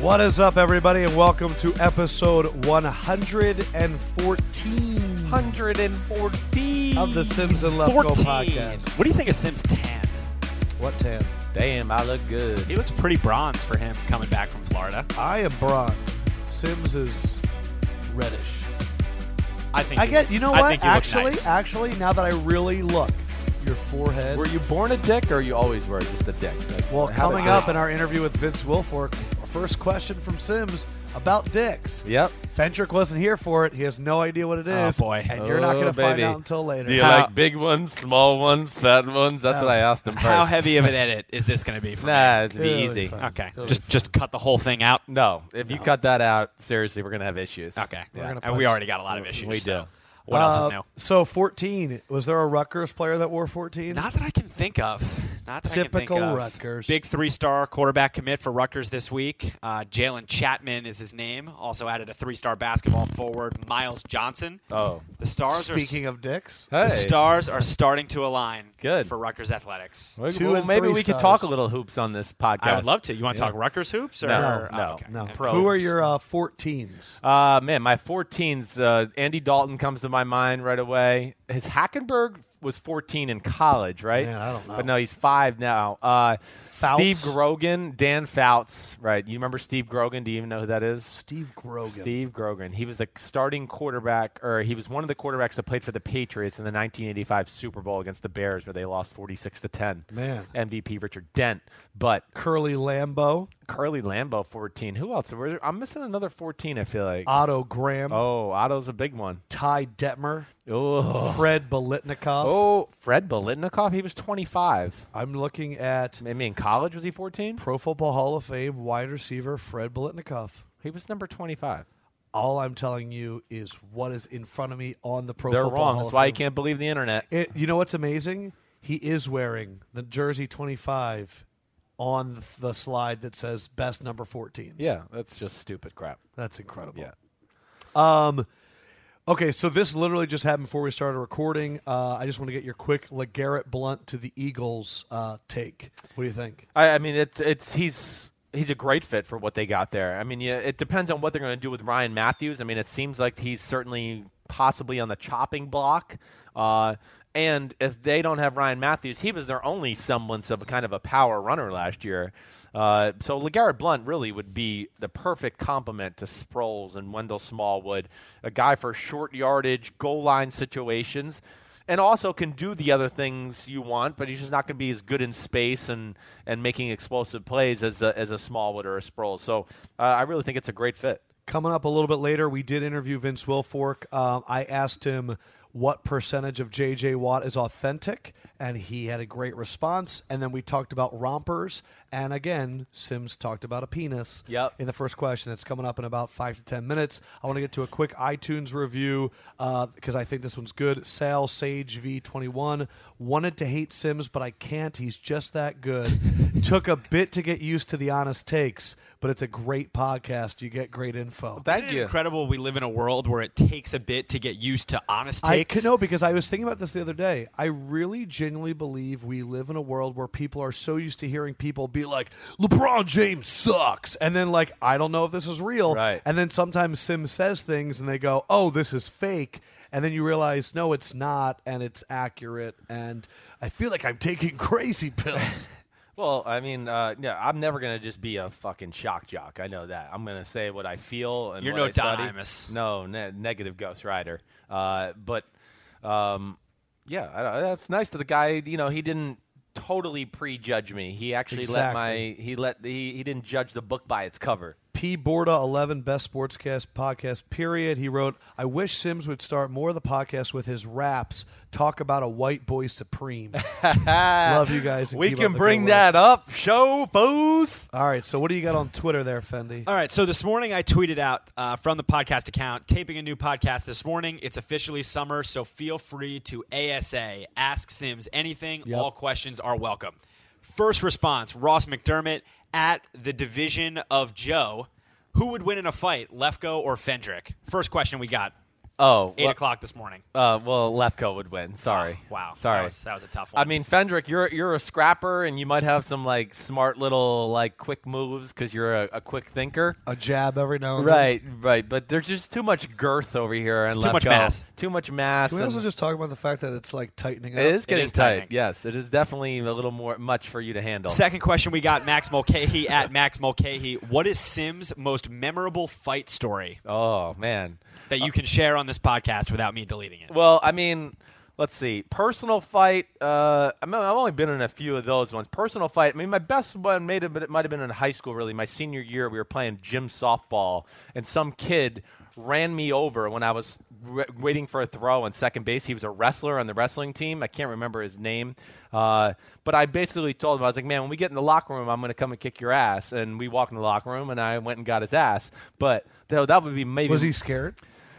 What is up, everybody, and welcome to episode 114 114 of the Sims and Lefko 14. podcast. What do you think of Sims 10? What tan? Damn, I look good. He looks pretty bronze for him coming back from Florida. I am bronzed. Sims is reddish. I think. I he- get. You know I what? think he looked actually, uh, nice. actually, now that I really look, your forehead. Were you born a dick or you always were just a dick? Like, well, how did coming you- up in our interview with Vince Wilfork, our first question from Sims about dicks. Yep. Fentrick wasn't here for it. He has no idea what it Oh, is. boy. And you're not Oh, going to find baby. out until later. Do you How- like big ones, small ones, fat ones? That's what I asked him first. How heavy of an edit is this going to be? For me? Nah, it'd be Really easy. fun. Okay. Just just cut the whole thing out. No, if you cut that out, seriously, we're gonna have issues. Okay. We're gonna and we punch. already got a lot of issues. We so do. What else Uh, is new? So 14. Was there a Rutgers player that wore 14? Not that I can think of. Not that Typical I can think of. Rutgers. Big three-star quarterback commit for Rutgers this week. Uh, Jalen Chapman is his name. Also added a three-star basketball forward, Miles Johnson. Oh, The stars Speaking are of dicks, hey. the stars are starting to align. Good. for Rutgers athletics. Well, Two well, and maybe three we could stars. talk a little hoops on this podcast. I would love to. You want to talk Rutgers hoops or No, oh, no, okay. no. Probes. Who are your uh, 14s? Uh, man, my 14s. Uh, Andy Dalton comes to my mind right away. His Hackenberg was 14 in college, right? Man, I don't know. But no, he's five now. Uh, Fouts? Steve Grogan, Dan Fouts, right? You remember Steve Grogan? Do you even know who that is? Steve Grogan. Steve Grogan. He was the starting quarterback, or he was one of the quarterbacks that played for the Patriots in the 1985 Super Bowl against the Bears, where they lost 46 to 10. Man. MVP Richard Dent, but Curly Lambo. Curly Lambeau 14. Who else? Were there- I'm missing another 14. I feel like. Otto Graham. oh, Otto's a big one. Ty Detmer. Oh, Fred Belitnikov. oh, Fred Belitnikov. He was 25. I'm looking at Maybe in college was he 14? Pro Football Hall of Fame wide receiver Fred Belitnikov. He was number 25. All I'm telling you is what is in front of me on the Pro They're Football wrong. Hall That's of why you Fame. can't believe the internet. It, you know what's amazing? He is wearing the jersey 25 on the, the slide that says best number 14s. Yeah, that's just stupid crap. That's incredible. Yeah. Um, okay, so this literally just happened before we started recording. Uh, I just want to get your quick LeGarrette Blunt to the Eagles uh, take. What do you think? I, I mean, it's it's he's he's a great fit for what they got there. I mean, yeah, it depends on what they're going to do with Ryan Matthews. I mean, it seems like he's certainly possibly on the chopping block. Uh, and if they don't have Ryan Matthews, he was their only semblance of a kind of a power runner last year. Uh, so Legarrette Blunt really would be the perfect complement to Sproles and Wendell Smallwood, a guy for short yardage, goal line situations and also can do the other things you want, but he's just not going to be as good in space and, and making explosive plays as a, as a Smallwood or a Sproul. So uh, I really think it's a great fit. Coming up a little bit later, we did interview Vince Wilfork. Um, I asked him what percentage of J.J. Watt is authentic, and he had a great response. And then we talked about rompers, and again, Sims talked about a penis Yep. in the first question. That's coming up in about five to ten minutes. I want to get to a quick iTunes review because I think this one's good. Sal Sage V21 wanted to hate Sims, but I can't. He's just that good. Took a bit to get used to the honest takes, but it's a great podcast. You get great info. Thank Isn't it you. incredible we live in a world where it takes a bit to get used to honest I takes? can know because I was thinking about this the other day. I really genuinely believe we live in a world where people are so used to hearing people be like, LeBron James sucks. And then, like, I don't know if this is real. Right. And then sometimes Sim says things and they go, oh, this is fake. And then you realize, no, it's not. And it's accurate. And I feel like I'm taking crazy pills. Well, I mean, uh, no, I'm never going to just be a fucking shock jock. I know that. I'm going to say what I feel. And You're what no I study. Didymus. No, ne- negative Ghost Rider. Uh, but um, yeah, I, don't- that's nice that the guy. You know, he didn't totally prejudge me. He actually let Exactly. my he let he, he didn't judge the book by its cover. P. Borda 11, best sportscast podcast, period. He wrote, I wish Sims would start more of the podcast with his raps. Talk about a white boy supreme. Love you guys. and We keep up can the bring good work. that up. Show foes. All right, so what do you got on Twitter there, Fendi? All right, so this morning I tweeted out uh, from the podcast account, taping a new podcast this morning. It's officially summer, so feel free to ASA, ask Sims anything. Yep. All questions are welcome. First response Ross McDermott at the division of Joe. Who would win in a fight, Lefko or Fendrick? First question we got. Oh, Eight well- o'clock this morning. Uh, well, Lefko would win. Sorry. Wow. That Sorry. was, that was a tough one. I mean, Fendrick, you're you're a scrapper, and you might have some like smart little like quick moves because you're a, a quick thinker. A jab every now and then. Right, right. But there's just too much girth over here, and It's too much Lefko. mass. Too much mass. Can we and- also just talk about the fact that it's like tightening up? it is getting is tight. tightening. Yes, it is definitely a little more much for you to handle. Second question we got Max Mulcahy at Max Mulcahy. What is Sim's most memorable fight story oh man. that you can share on this podcast without me deleting it? Well, I mean, let's see. Personal fight. Uh, I mean, I've only been in a few of those ones. Personal fight. I mean, my best one made it, but it might have been in high school. Really, my senior year, we were playing gym softball, and some kid ran me over when I was re- waiting for a throw on second base. He was a wrestler on the wrestling team. I can't remember his name, uh, but I basically told him I was like, "Man, when we get in the locker room, I'm going to come and kick your ass." And we walked in the locker room, and I went and got his ass. But though that would be maybe Was he scared?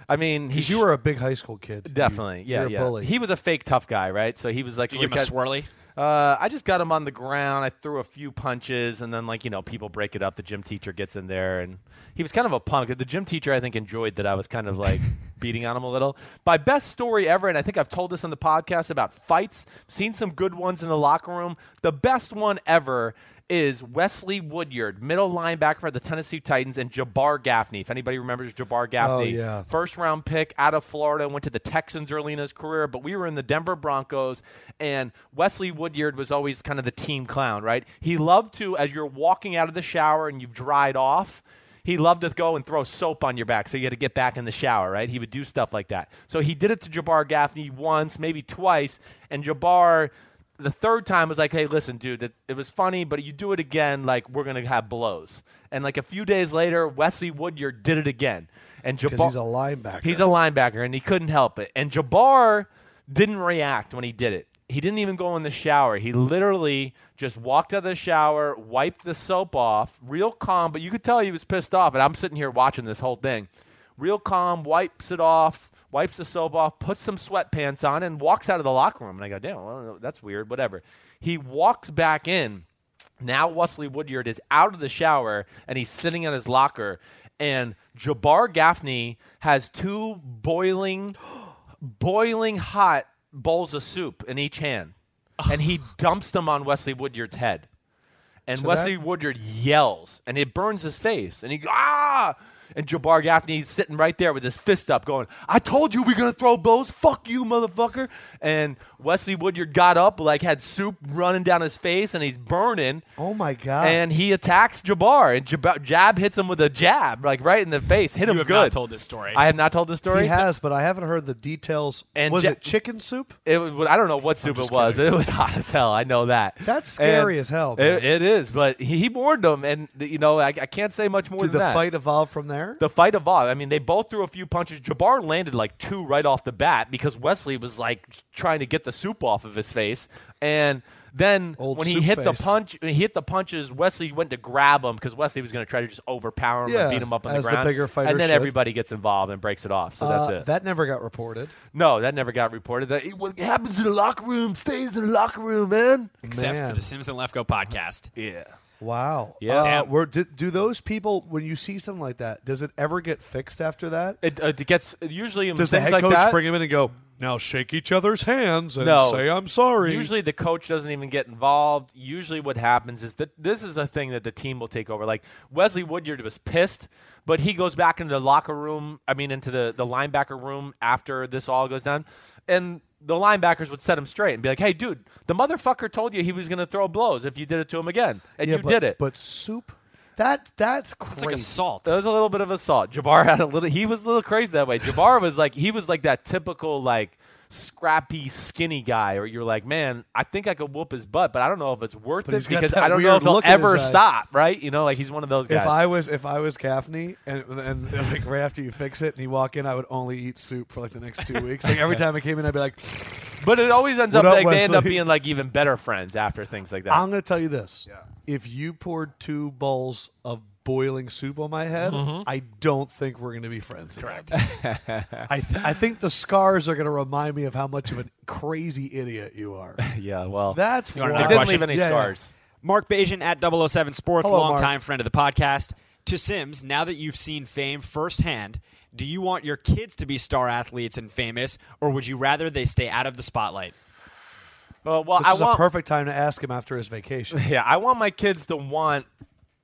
I mean, he Because you were a big high school kid. You- Definitely, yeah, you were a yeah. bully. He was a fake tough guy, right? So he was like, Did you give him a swirly? Uh, I just got him on the ground. I threw a few punches, and then like you know, people break it up. The gym teacher gets in there, and he was kind of a punk. The gym teacher, I think, enjoyed that I was kind of like beating on him a little. My best story ever, and I think I've told this on the podcast about fights. Seen some good ones in the locker room. The best one ever is Wesley Woodyard, middle linebacker for the Tennessee Titans, and Jabbar Gaffney. If anybody remembers Jabbar Gaffney, Oh, yeah. first round pick out of Florida, went to the Texans early in his career, but we were in the Denver Broncos, and Wesley Woodyard was always kind of the team clown, right? He loved to, as you're walking out of the shower and you've dried off, he loved to go and throw soap on your back, so you had to get back in the shower, right? He would do stuff like that. So he did it to Jabbar Gaffney once, maybe twice, and Jabbar the third time was like, hey, listen, dude, that it was funny, but you do it again, like we're gonna have blows. And like a few days later, Wesley Woodyard did it again, and Jabbar, he's a linebacker. He's a linebacker, and he couldn't help it. And Jabbar didn't react when he did it. He didn't even go in the shower. He literally just walked out of the shower, wiped the soap off, real calm. But you could tell he was pissed off. And I'm sitting here watching this whole thing, real calm, wipes it off, wipes the soap off, puts some sweatpants on, and walks out of the locker room. And I go, damn, well, that's weird. Whatever. He walks back in. Now Wesley Woodyard is out of the shower and he's sitting in his locker. And Jabbar Gaffney has two boiling, boiling hot bowls of soup in each hand, and he dumps them on Wesley Woodyard's head. And So Wesley that- Woodyard yells, and it burns his face, and he ah. And Jabbar Gaffney's sitting right there with his fist up, going, "I told you we're gonna throw blows. Fuck you, motherfucker!" And Wesley Woodyard got up, like had soup running down his face, and he's burning oh my god! and he attacks Jabbar, and Jab, Jab hits him with a jab, like right in the face, hit him You have good. not told this story. I have not told this story. he has, but I haven't heard the details. And was Ja- it chicken soup? it was, I don't know what soup it just was, but kidding. it was hot as hell. I know that. That's scary And as hell, man. It, it is, but he, he warned him, and you know I, I can't say much more Did than the that. fight evolve from there? the fight evolved. I mean, they both threw a few punches. Jabbar landed like two right off the bat because Wesley was like trying to get the soup off of his face, and then Old when he soup hit the face. punch, when he hit the punches. Wesley went to grab him because Wesley was going to try to just overpower him Yeah, and beat him up on as the the ground. bigger fighter and then should. everybody gets involved and breaks it off. So that's Uh, it. That never got reported. no, that never got reported. That what happens in the locker room stays in the locker room, man. Except Man. for the Sims and Lefko podcast. Yeah. Wow. Yeah. Uh, Damn. were, do, do those people, when you see something like that, does it ever get fixed after that? It, uh, it gets usually in Does the things head like coach that, bring him in and go, now shake each other's hands and No. say, I'm sorry? Usually the coach doesn't even get involved. Usually what happens is that this is a thing that the team will take over. Like Wesley Woodyard was pissed, but he goes back into the locker room, I mean into the, the linebacker room after this all goes down. And the linebackers would set him straight and be like, Hey dude, the motherfucker told you he was gonna throw blows if you did it to him again. And yeah, you but, did it. But soup? That That's crazy. It's like assault. That was a little bit of assault. Jabbar had a little. He was a little crazy that way. Jabbar was like he was like that typical like scrappy skinny guy, or you're like, man, I think I could whoop his butt, but I don't know if it's worth But it he's got because that I don't know weird if he'll look in ever his eye. stop. Right? You know, like he's one of those guys. If I was if I was Gaffney and and like right after you fix it and you walk in, I would only eat soup for like the next two weeks. Like every time I came in, I'd be like, but it always ends What up up, like they end up Wesley? being like even better friends after things like that. I'm going to tell you this: if you poured two bowls of boiling soup on my head, Mm-hmm. I don't think we're going to be friends. Correct. I th- I think the scars are going to remind me of how much of a crazy idiot you are. yeah. Well, That's You why- wanna know I Another didn't question. leave any Yeah, yeah. scars. Mark Bajan at 007 Sports, Hello, longtime friend of the podcast. to Sims, now that you've seen fame firsthand, do you want your kids to be star athletes and famous, or would you rather they stay out of the spotlight? Uh, well, This I is a want perfect time to ask him after his vacation. yeah, I want my kids to want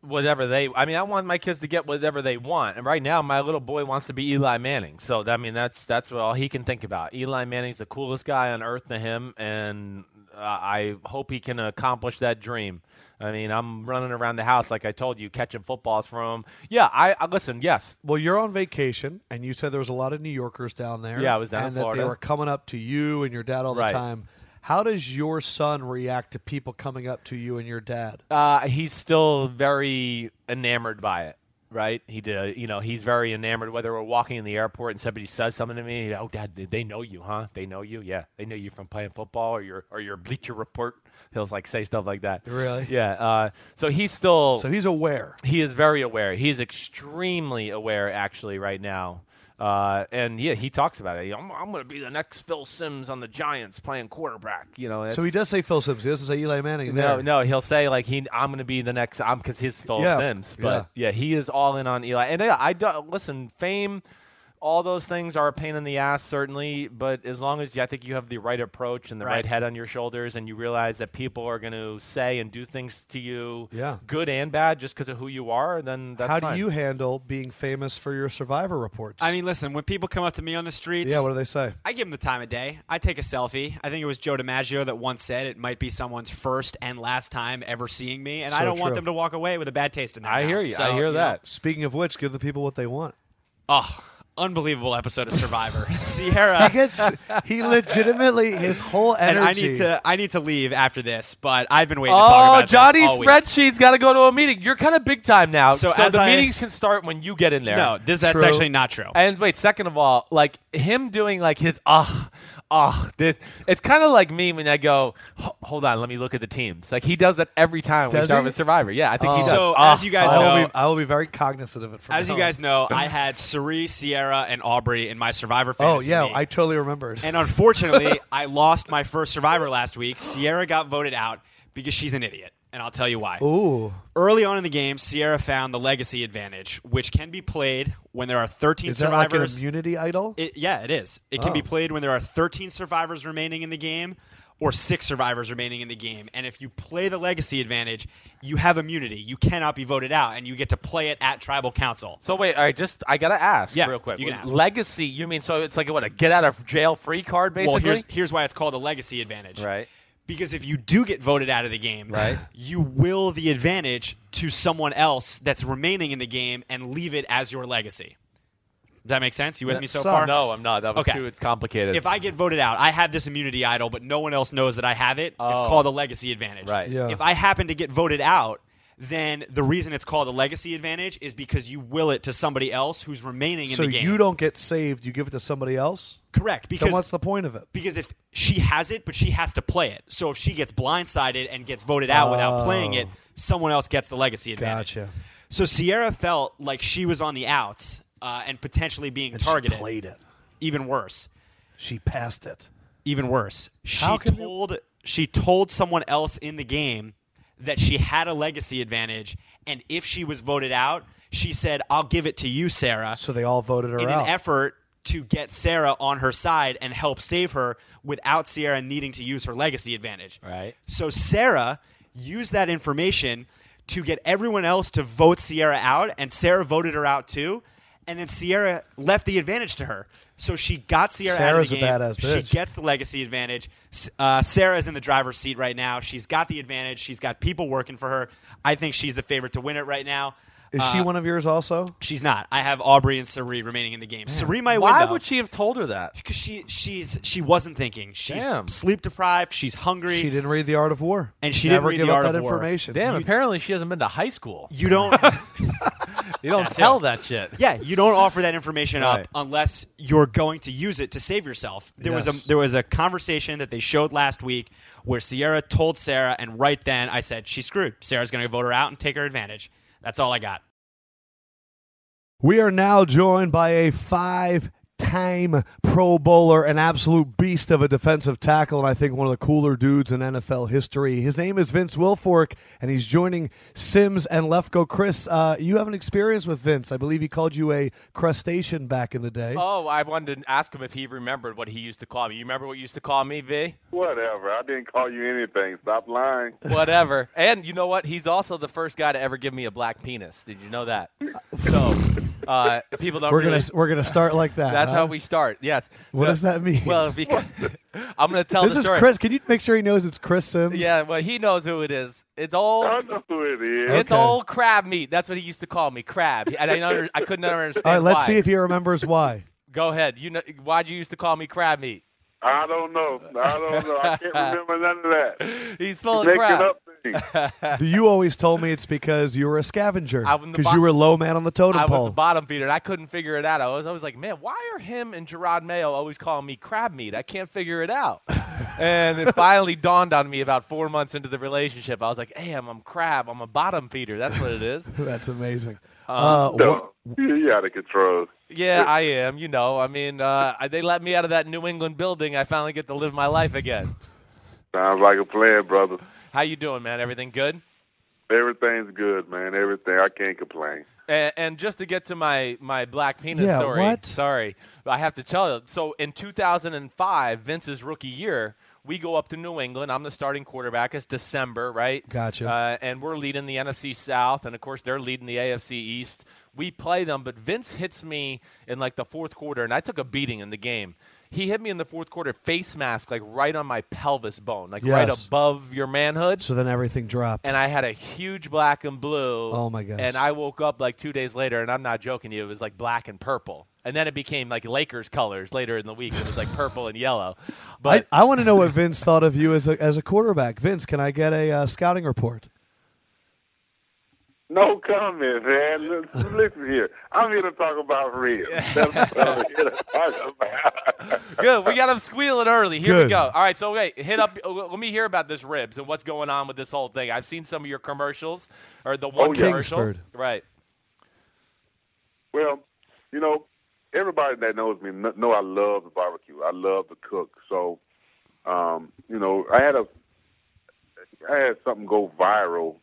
whatever they. I mean, I want my kids to get whatever they want. And right now, my little boy wants to be Eli Manning. So I mean, that's that's what all he can think about. Eli Manning's the coolest guy on earth to him, and uh, I hope he can accomplish that dream. I mean, I'm running around the house like I told you, catching footballs from him. Yeah, I, I listen. Yes, Well, you're on vacation, and you said there was a lot of New Yorkers down there. Yeah, I was down in and that Florida. they were coming up to you and your dad all the Right. time. How does your son react to people coming up to you and your dad? Uh, he's still very enamored by it, right? He did, you know, he's very enamored. Whether we're walking in the airport and somebody says something to me, oh, Dad, they- they know you, huh? They know you, yeah. They know you from playing football or your or your Bleacher Report. He'll like say stuff like that. Really? Yeah. Uh, so he's still So he's aware. he is very aware. He is extremely aware, actually, right now. Uh, and yeah, he talks about it. I'm, I'm going to be the next Phil Sims on the Giants playing quarterback. You know, So it's- he does say Phil Sims. He doesn't say Eli Manning. no, there. no, he'll say like he, I'm gonna be the next. I'm because his Phil Yeah, Sims, but yeah. he is all in on Eli. And yeah, I do, listen. Fame, all those things are a pain in the ass, certainly. But as long as you, I think you have the right approach and the right. Right. head on your shoulders, and you realize that people are gonna say and do things to you, Yeah. good and bad, just because of who you are, then that's How fine. do you handle being famous for your survivor reports? I mean, listen, when people come up to me on the streets, yeah, what do they say? I give them the time of day. I take a selfie. I think it was Joe DiMaggio that once said it might be someone's first and last time ever seeing me, and So I don't want true. them to walk away with a bad taste in their I mouth. hear you. So, I hear know, that. Speaking of which, give the people what they want. Oh, unbelievable episode of Survivor. Sierra He gets he legitimately his whole and energy. I need to I need to leave after this, but I've been waiting to talk Oh, about Johnny this all week. spreadsheet's got to go to a meeting. You're kind of big time now, So so, as the I- meetings can start when you get in there. No, this that's True. actually not true. And wait, second of all, like him doing like his ah ah this, it's kind of like me when I go, "Ho- hold on, let me look at the teams. Like he does that every time we Does start he? Oh. with Survivor. Yeah, I think he does. So, Ah, as you guys ah. I will, know- be, I will be very cognizant of it. From As you now on. guys know, I had Suri, Sierra, and Aubrey in my Survivor oh fantasy yeah, league. I totally remembered. and unfortunately, I lost my first Survivor last week. Sierra got voted out because she's an idiot, and I'll tell you why. Ooh, Early on in the game, Sierra found the legacy advantage, which can be played when there are 13 is that like an survivors. immunity idol? It, yeah, it is. It can be played when there are 13 survivors remaining in the game or six survivors remaining in the game. And if you play the legacy advantage, you have immunity. You cannot be voted out, and you get to play it at tribal council. So wait, all right, just I gotta ask Yeah, real quick. you can ask. Legacy, you mean so it's like what a get out of jail free card basically? Well, here's, here's why it's called a legacy advantage. Right. Because if you do get voted out of the game, right. you will the advantage to someone else that's remaining in the game and leave it as your legacy. Does that make sense? You with That me so sucks. far? no, I'm not. That was Okay. too complicated. if I get voted out, I have this immunity idol, but no one else knows that I have it. It's Oh. called a legacy advantage. Right. Yeah. If I happen to get voted out, then the reason it's called a legacy advantage is because you will it to somebody else who's remaining so in the game. you don't get saved. You give it to somebody else. correct because Then what's the point of it? because if she has it, but she has to play it. So if she gets blindsided and gets voted out without playing it, someone else gets the legacy advantage. Oh. Gotcha. So Sierra felt like she was on the outs uh, and potentially being And targeted. She played it. Even worse. She passed it. even worse. She How can you- told she told someone else in the game that she had a legacy advantage, and if she was voted out, she said, "I'll give it to you, Sarah," So they all voted her in out. an effort to get Sarah on her side and help save her without Sierra needing to use her legacy advantage. Right. So Sarah used that information to get everyone else to vote Sierra out, and Sarah voted her out too. And then Sierra left the advantage to her. So she got Sierra Sarah's a out of badass the game. bitch. She gets the legacy advantage. S- Uh, Sarah's in the driver's seat right now. She's got the advantage. She's got people working for her. I think she's the favorite to win it right now. Is she one of yours also? She's not. I have Aubrey and Sari remaining in the game. Sari might win. Why though would she have told her that? because she she's she wasn't thinking. She's Damn. sleep deprived. She's hungry. She didn't read the Art of War, And she never didn't read give The up Art that of War. information. Damn, apparently she hasn't been to high school. you don't. You don't tell that shit. yeah, you don't offer that information Right. up unless you're going to use it to save yourself. There was Yes. a there was a conversation that they showed last week where Sierra told Sarah, and right then I said she's screwed. Sarah's going to vote her out and take her advantage. That's all I got. We are now joined by a five-time time Pro Bowler, an absolute beast of a defensive tackle, and I think one of the cooler dudes in NFL history. His name is Vince Wilfork, and he's joining Sims and Lefko. Chris, uh, you have an experience with Vince. I believe he called you a crustacean back in the day. Oh, I wanted to ask him if he remembered what he used to call me. You remember what you used to call me, V? Whatever. I didn't call you anything. Stop lying. Whatever. and you know what? He's also the first guy to ever give me a black penis. Did you know that? so uh, people don't. we're really- gonna we're gonna start like that. That's huh? how we start. Yes. What No- does that mean? Well, because I'm gonna tell This the is story. Chris. Can you make sure he knows it's Chris Sims? Yeah, well, he knows who it is. It's old. I know who it is. It's Okay. old crab meat. That's what he used to call me, crab. And I, didn't under, I couldn't understand. All right, let's why. see if he remembers why. Go ahead. You know why'd you used to call me crab meat? I don't know. I don't know. I can't remember none of that. He's full of Making crap. up things. you always told me it's because you were a scavenger I was in the because bo- you were low man on the totem I was pole. the bottom feeder, and I couldn't figure it out. I was always like, man, why are him and Gerard Mayo always calling me crab meat? I can't figure it out. and it finally dawned on me about four months into the relationship. I was like, hey, I'm, I'm crab. I'm a bottom feeder. That's what it is. That's amazing. Um, Uh, No, what, you out of control. yeah, I am. You know, I mean, uh, I- they let me out of that New England building. I finally get to live my life again. Sounds like a plan, brother. How you doing, man? Everything good? Everything's good, man. Everything. I can't complain. And, and just to get to my, my black penis Yeah, story, what? sorry, I have to tell you. So in 2005, Vince's rookie year, we go up to New England. I'm the starting quarterback. It's December, right? Gotcha. Uh, and we're leading the NFC South, and of course they're leading the AFC East. We play them, but Vince hits me in like the fourth quarter, and I took a beating in the game. He hit me in the fourth quarter, face mask, like right on my pelvis bone, like right Yes. above your manhood so then everything dropped. and I had a huge black and blue. Oh, my gosh. And I woke up like two days later, and I'm not joking you. It was like black and purple, and then it became like Lakers colors later in the week. It was like purple and yellow. I, But I want to know what Vince thought of you as a, as a quarterback. Vince, can I get a uh, scouting report? No comment, man. Listen, listen here. I'm here to talk about real. That's what I'm here to talk about. good, we got him squealing early. Here Good. we go. All right, so wait, hit up. uh, Let me hear about this ribs and what's going on with this whole thing. I've seen some of your commercials or the one Oh, yeah. commercial, Kingsford. right? Well, you know, everybody that knows me kn- know I love the barbecue. I love to cook. So, um, you know, I had a I had something go viral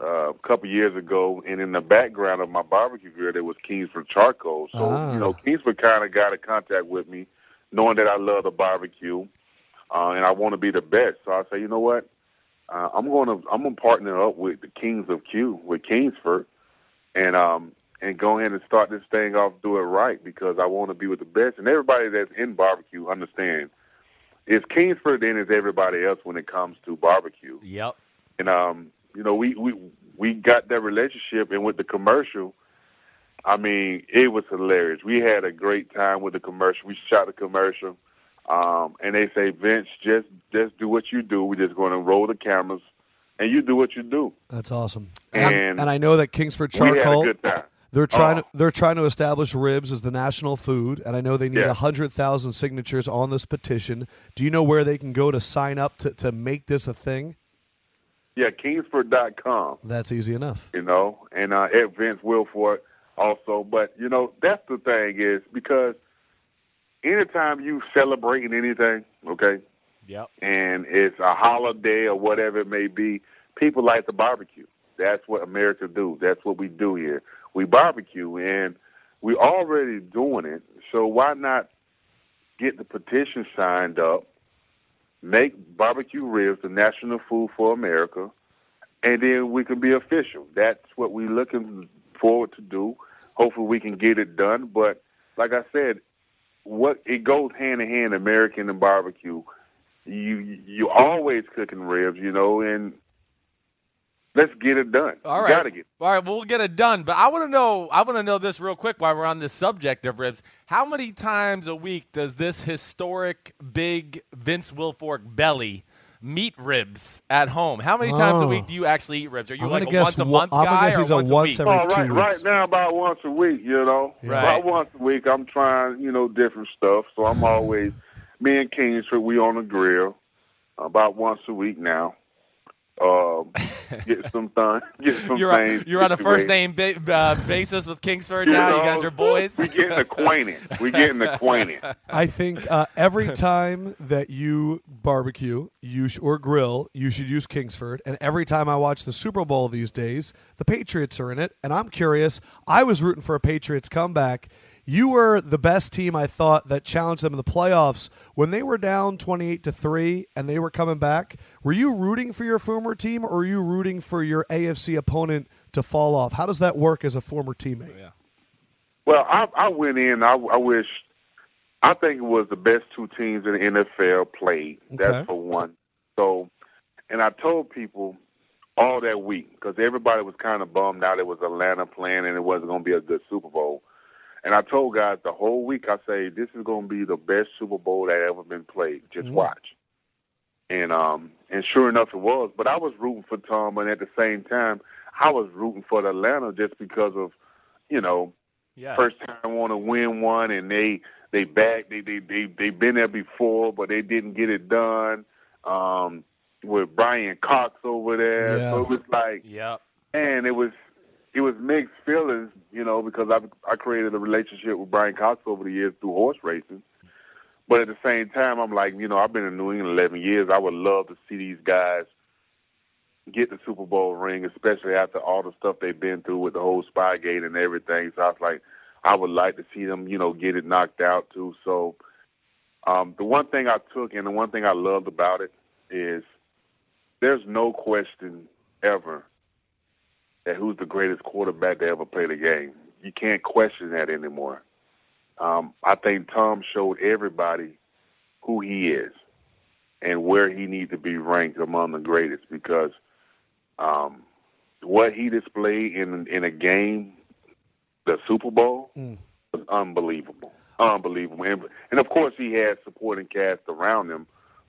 uh, a couple years ago, and in the background of my barbecue grill there was Kingsford charcoal. So, Ah. you know, Kingsford kind of got in contact with me, knowing that I love the barbecue, uh, and I want to be the best. So I say, you know what? Uh, I'm gonna I'm gonna partner up with the Kings of Q with Kingsford and um and go ahead and start this thing off, do it right because I want to be with the best. And everybody that's in barbecue understands it's Kingsford and it's everybody else when it comes to barbecue. Yep. And um, you know, we we we got that relationship, and with the commercial, I mean, it was hilarious. We had a great time with the commercial. We shot a commercial, um, and they say, Vince, just just do what you do. We're just going to roll the cameras, and you do what you do. That's awesome. And, And- I know that Kingsford We Charcoal. had a good time. They're trying to Oh. they're trying to establish ribs as the national food, and I know they need Yeah. a hundred thousand signatures on this petition. Do you know where they can go to sign up to, to make this a thing? Yeah, Kingsford.com. That's easy enough. you know, and uh, at Vince Wilford also. But you know, that's the thing is because anytime you celebrating anything, okay, Yep. and it's a holiday or whatever it may be, people like to barbecue. That's what America do. That's what we do here. We barbecue, and we already doing it. So why not get the petition signed up, make barbecue ribs the national food for America, and then we can be official. That's what we're looking forward to do. Hopefully, we can get it done. But like I said, what it goes hand in hand, American and barbecue you you always cooking ribs, you know, and let's get it done. All You right. gotta get. All right, well, we'll get it done. But I want to know. I want to know this real quick while we're on this subject of ribs. How many times a week does this historic big Vince Wilfork belly meet ribs at home? How many times a Oh. week do you actually eat ribs? Are you I'm like gonna guess a once a one- month I'm gonna guy guess or he's a once, once a week? every- All right, two right weeks. now about once a week, you know. Right. About once a week, I'm trying, you know, different stuff. So I'm always me and Kingsford, we on the grill about once a week now. Um, get some time, get some You're things. on, you're on a first situated. name ba- uh, basis with Kingsford You now. know, You guys are boys. We're getting acquainted. We're getting acquainted. I think uh, every time that you barbecue, you sh- or grill, you should use Kingsford. And every time I watch the Super Bowl these days, the Patriots are in it, and I'm curious. I was rooting for a Patriots comeback. You were the best team I thought that challenged them in the playoffs when they were down 28 to 3 and they were coming back. Were you rooting for your former team or were you rooting for your AFC opponent to fall off? How does that work as a former teammate? Well, I, I went in. I, I wish. I think it was the best two teams in the NFL played. Okay. That's for one. So, and I told people all that week because everybody was kind of bummed out. It was Atlanta playing, and it wasn't going to be a good Super Bowl. And I told guys the whole week. I say this is going to be the best Super Bowl that ever been played. Just watch. And um, and sure enough, it was. But I was rooting for Tom, and at the same time, I was rooting for Atlanta just because of, you know, first time want to win one, and they they back they they they they been there before, but they didn't get it done. Um, with Brian Cox over there, Yeah. so it was like, Yep. and it was it was mixed feelings, you know, because I I created a relationship with Brian Cox over the years through horse racing. But at the same time, I'm like, you know, I've been in New England 11 years. I would love to see these guys get the Super Bowl ring, especially after all the stuff they've been through with the whole Spygate and everything. So I was like, I would like to see them, you know, get it knocked out too. So um, the one thing I took and the one thing I loved about it is there's no question ever that who's the greatest quarterback to ever play the game. You can't question that anymore. Um, I think Tom showed everybody who he is and where he needs to be ranked among the greatest because um, what he displayed in in a game, the Super Bowl, was unbelievable, unbelievable. And, and of course, he had supporting cast around him,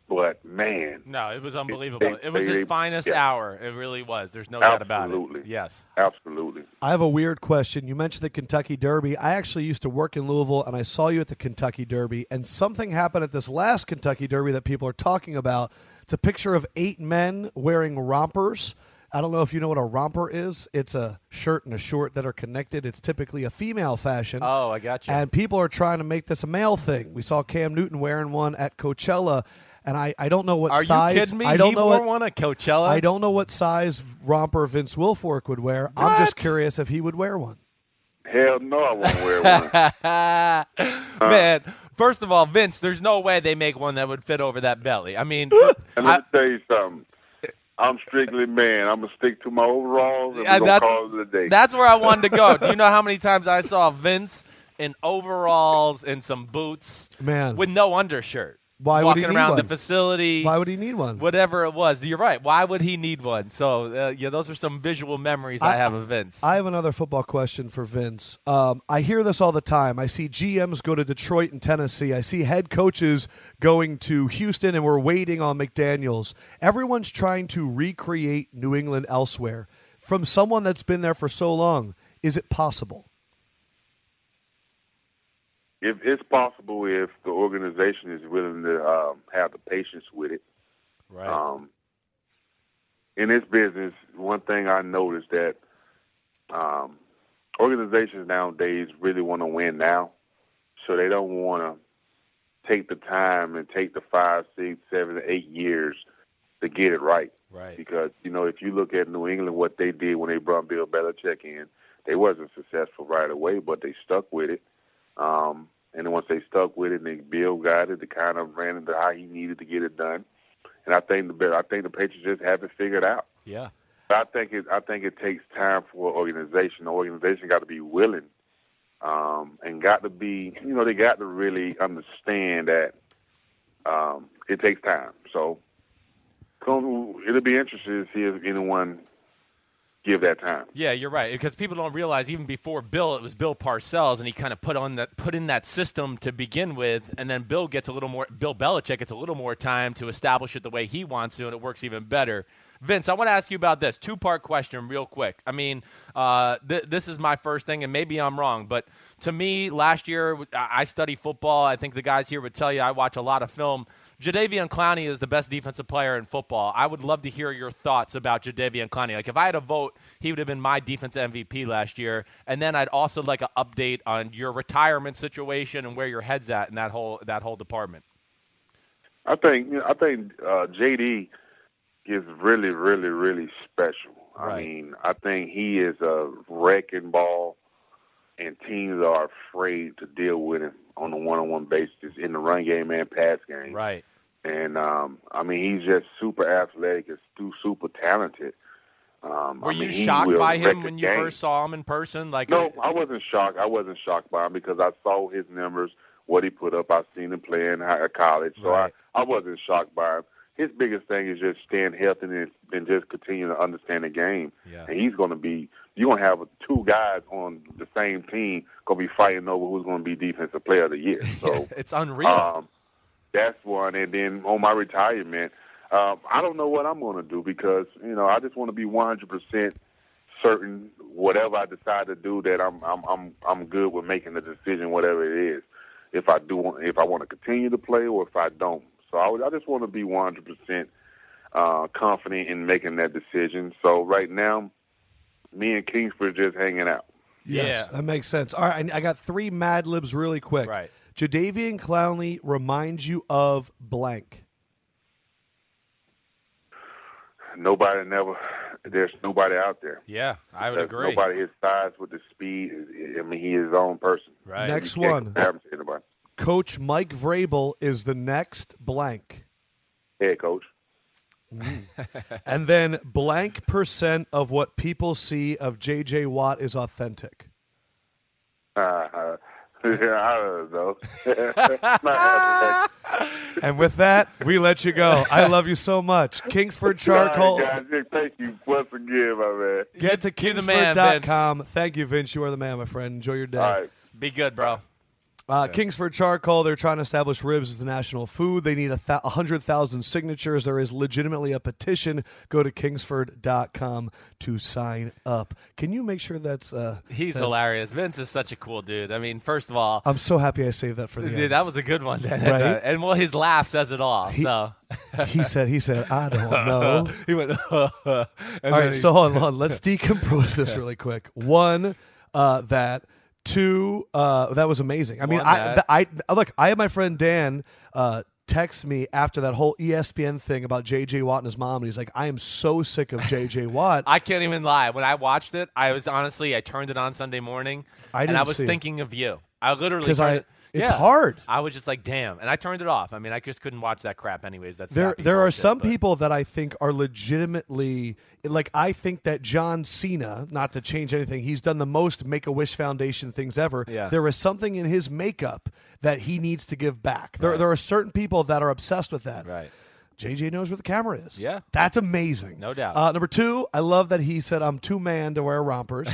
but man, No, it was unbelievable. It was they- his finest yeah. hour. It really was. There's no doubt about it. Absolutely. Yes. absolutely. I have a weird question. You mentioned the Kentucky Derby. I actually used to work in Louisville and I saw you at the Kentucky Derby and something happened at this last Kentucky Derby that people are talking about. It's a picture of eight men wearing rompers. I don't know if you know what a romper is. It's a shirt and a short that are connected. It's typically a female fashion. Oh, I got you. And people are trying to make this a male thing. We saw Cam Newton wearing one at Coachella and I, I don't know what Are size you kidding me? I don't he know wore what, one at Coachella. I don't know what size romper Vince Wilfork would wear. I'm just curious if he would wear one. Hell no, I won't wear one. Uh, Man, first of all, Vince, there's no way they make one that would fit over that belly. I mean, uh, I, And let me tell you something. I'm strictly man. I'm gonna stick to my overalls and Yeah, we're gonna that's- call it a day. that's where I wanted to go. Do you know how many times I saw Vince in overalls and some boots, Man. with no undershirt, Why would he walking need around one? the facility? Why would he need one? Whatever it was, you're right. Why would he need one? So, uh, yeah, those are some visual memories I, I- have of Vince. I have another football question for Vince. Um, I hear this all the time. I see GMs go to Detroit and Tennessee. I see head coaches going to Houston, and we're waiting on McDaniels. Everyone's trying to recreate New England elsewhere from someone that's been there for so long. Is it possible? if it's possible, if the organization is willing to um, have the patience with it. right. Um, in this business, one thing I noticed that um, organizations nowadays really want to win now, so they don't want to take the time and take the five, six, seven, eight years to get it right. Right. Because you know, if you look at New England, what they did when they brought Bill Belichick in, they wasn't successful right away, but they stuck with it. Um, and then once they stuck with it, then Bill got it. They kind of ran into how he needed to get it done. And I think the better, I think the Patriots just haven't figured out. Yeah. But I think it. I think it takes time for an organization. The organization got to be willing, um, and got to be. You know, they got to really understand that um, it takes time. So, come- it'll be interesting to see if anyone give that time. Yeah, you're right. Because people don't realize even before Bill, it was Bill Parcells, and he kind of put on that put in that system to begin with, and then Bill gets a little more. Bill Belichick gets a little more time to establish it the way he wants to, and it works even better. Vince, I want to ask you about this two part question, real quick. I mean, uh, th- this is my first thing, and maybe I'm wrong, but to me, last year I I study football. I think the guys here would tell you I watch a lot of film. Jadavian Clowney is the best defensive player in football. I would love to hear your thoughts about Jadavian Clowney. Like, if I had a vote, he would have been my defense MVP last year. And then I'd also like an update on your retirement situation and where your head's at in that whole that whole department. I think I think uh, JD is really, really, really special. I Right. mean, I think he is a wrecking ball, and teams are afraid to deal with him on a one-on-one basis in the run game and pass game. Right. And um, I mean, he's just super athletic and stu- super talented. Um, Were I mean, you he shocked will by wreck him a when you game. first saw him in person? Like, No, uh, I wasn't shocked. I wasn't shocked by him because I saw his numbers, what he put up. I've seen him play in high college, so Right. I, I wasn't shocked by him. His biggest thing is just staying healthy and, and just continuing to understand the game. Yeah. And he's going to be you're going to have two guys on the same team going to be fighting over who's going to be defensive player of the year. So it's unreal. um, that's one. And then on my retirement, um, I don't know what I'm going to do because you know I just want to be 100% certain whatever I decide to do that I'm I'm I'm I'm good with making the decision whatever it is. If I do want, if I want to continue to play or if I don't. So I, would- I just want to be 100% uh, confident in making that decision. So right now, me and Kingsford just hanging out. Yes, that makes sense. All right, I, I got three Mad Libs really quick. Right. Jadavian Clowney reminds you of blank. Nobody never. There's nobody out there. yeah, I would There's agree. Nobody his size with the speed. I mean, he is his own person. Right. Next You can't one, compare him to anybody. Coach Mike Vrabel is the next blank, Head coach. and then blank percent of what people see of J.J. Watt is authentic. Uh, I don't know. Not And with that, we let you go. I love you so much, Kingsford Charcoal. Guys, thank you once again, my man. Get to the man, Vince. kingsford.com. Thank you, Vince. You are the man, my friend. Enjoy your day. All right. Be good, bro. Uh, Kingsford Charcoal, they're trying to establish ribs as the national food. They need a th- 100,000 signatures. There is legitimately a petition. Go to kingsford.com to sign up. Can you make sure that's. Uh, He's that's- hilarious. Vince is such a cool dude. I mean, first of all, I'm so happy I saved that for the dude, end. that was a good one. Right? and well, his laugh says it all. He- so he said, he said, I don't know. he went. and All right, so hold on. Let's decompose this really quick. One, uh, that. Two, uh, that was amazing. I mean, One, I, that. I, I look. I had my friend Dan uh, text me after that whole E ESPN thing about JJ Watt and his mom, and he's like, "I am so sick of JJ Watt." I can't even lie. When I watched it, I was honestly, I turned it on Sunday morning, I and I didn't was see it. thinking of you. I literally 'Cause turned I- it- it's hard. I was just like, damn, and I turned it off. I mean, I just couldn't watch that crap anyways. That's there, sappy there are bullshit, some but- people that I think are legitimately like. I think that John Cena, not to change anything, he's done the most Make a Wish Foundation things ever. Yeah. There is something in his makeup that he needs to give back. There, there are certain people that are obsessed with that. Right. JJ knows where the camera is. Yeah. That's amazing. No doubt. Uh, number two, I love that he said, I'm too man to wear rompers.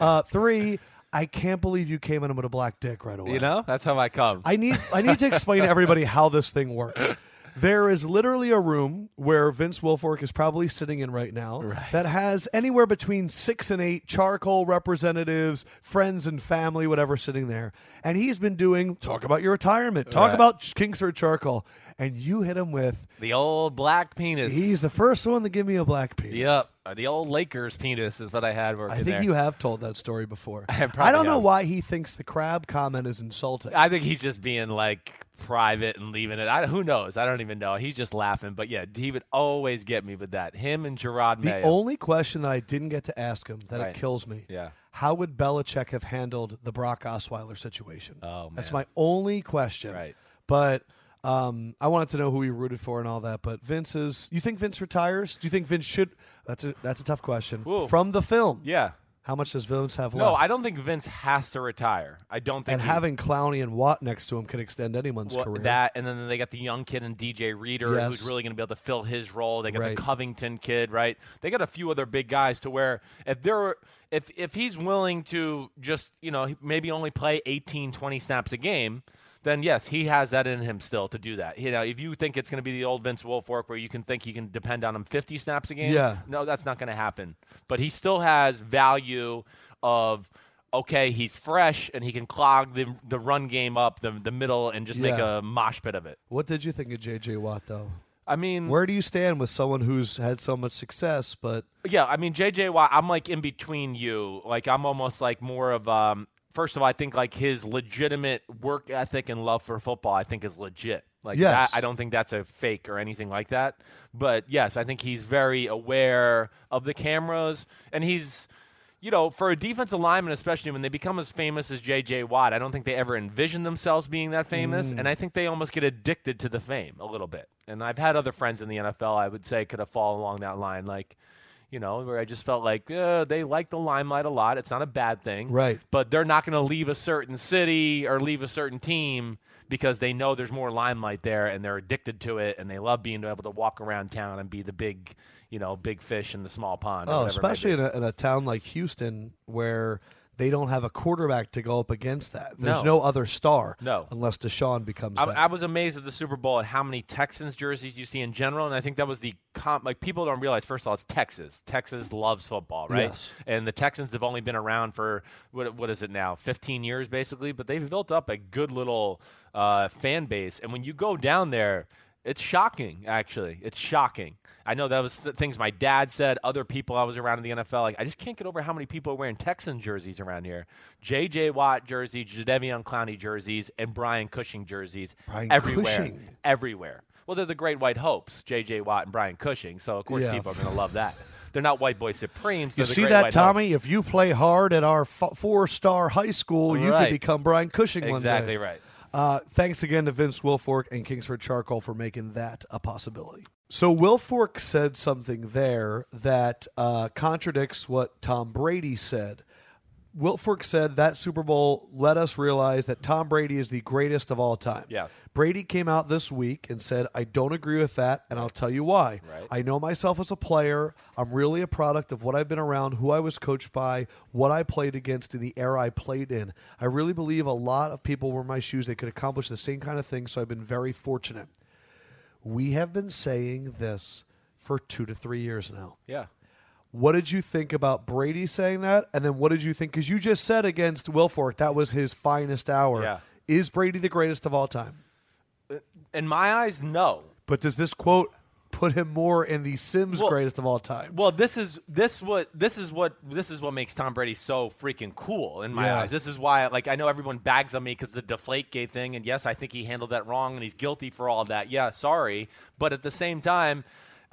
uh, three, I can't believe you came in him with a black dick right away. You know, that's how I come. I need I need to explain to everybody how this thing works. There is literally a room where Vince Wilfork is probably sitting in right now that has anywhere between six and eight charcoal representatives, friends and family, whatever, sitting there. And he's been doing talk about your retirement, talk about Kingsford charcoal, and you hit him with the old black penis. he's the first one to give me a black penis. Yep, Uh, the old Lakers penis is what I had working I think there. you have told that story before. I, probably don't know have. why he thinks the crab comment is insulting. I think he's just being like private and leaving it. I, who knows? I don't even know. He's just laughing. But yeah, he would always get me with that. Him and Gerard The Mayo. only question that I didn't get to ask him that Right. it kills me. Yeah. How would Belichick have handled the Brock Osweiler situation? Oh, man. That's my only question. Right. But um, I wanted to know who he rooted for and all that. But Vince is. You think Vince retires? Do you think Vince should? That's a that's a tough question. Whoa. From the film. yeah. How much does Vince have No, left? I don't think Vince has to retire. I don't think and he- having Clowney and Watt next to him could extend anyone's Well, career. That and then they got the young kid and DJ Reader, Yes. who's really going to be able to fill his role. They got Right. the Covington kid, right? They got a few other big guys to where if there were, if if he's willing to just you know maybe only play 18, 20 snaps a game. Then yes, he has that in him still to do that. You know, if you think it's going to be the old Vince Wilfork where you can think you can depend on him 50 snaps a game, Yeah. no, that's not going to happen. But he still has value of okay, he's fresh and he can clog the the run game up the the middle and just make Yeah. a mosh pit of it. What did you think of J.J. Watt, though? I mean, Where do you stand with someone who's had so much success, but Yeah, I mean JJ Watt, I'm like in between you. Like I'm almost like more of um first of all, I think like his legitimate work ethic and love for football I think is legit. Like Yes. that I don't think that's a fake or anything like that. But yes, I think he's very aware of the cameras and he's you know, for a defensive lineman, especially when they become as famous as J.J. Watt, I don't think they ever envision themselves being that famous, and I think they almost get addicted to the fame a little bit. And I've had other friends in the NFL I would say could have fallen along that line, like, you know, where I just felt like uh, they like the limelight a lot. It's not a bad thing, Right. But they're not going to leave a certain city or leave a certain team because they know there's more limelight there, and they're addicted to it, and they love being able to walk around town and be the big, you know, big fish in the small pond. or oh, whatever it might be. especially in a, in a town like Houston where they don't have a quarterback to go up against that. There's no, No. other star, No. unless Deshaun becomes I, that. I was amazed at the Super Bowl at how many Texans jerseys you see in general, and I think that was the comp. Like people don't realize, first of all, it's Texas. Texas loves football, right? Yes. And the Texans have only been around for what what is it now, 15 years basically, but they've built up a good little uh, fan base. And when you go down there. It's shocking, actually. It's shocking. I know that was the things my dad said, other people I was around in the NFL. Like, I just can't get over how many people are wearing Texan jerseys around here. J.J. Watt jersey, Jadevion Clowney jerseys, and Brian Cushing jerseys Brian everywhere, Cushing. everywhere. Well, they're the Great White Hopes, J.J. Watt and Brian Cushing. So of course, Yeah. people are going to love that. They're not white boy supremes. you they're the see Great that, White Hopes. Tommy? If you play hard at our f- four-star high school, you could Right. become Brian Cushing one day. Exactly right. Uh, thanks again to Vince Wilfork and Kingsford Charcoal for making that a possibility. So Wilfork said something there that uh, contradicts what Tom Brady said. Wilfork said that Super Bowl let us realize that Tom Brady is the greatest of all time. Yes. Brady came out this week and said, I don't agree with that, and I'll tell you why. I know myself as a player. I'm really a product of what I've been around, who I was coached by, what I played against, and the era I played in. I really believe a lot of people were in my shoes. They could accomplish the same kind of thing, so I've been very fortunate. We have been saying this for two to three years now. Yeah. What did you think about Brady saying that? And then what did you think? Because you just said against Wilfork, that was his finest hour. Yeah. Is Brady the greatest of all time? In my eyes, no. But does this quote put him more in the Sims Well- greatest of all time? Well, this is this what this is what this is what makes Tom Brady so freaking cool in my Yeah. eyes. This is why, like, I know everyone bags on me because the Deflategate thing, and yes, I think he handled that wrong, and he's guilty for all that. Yeah, sorry, but at the same time.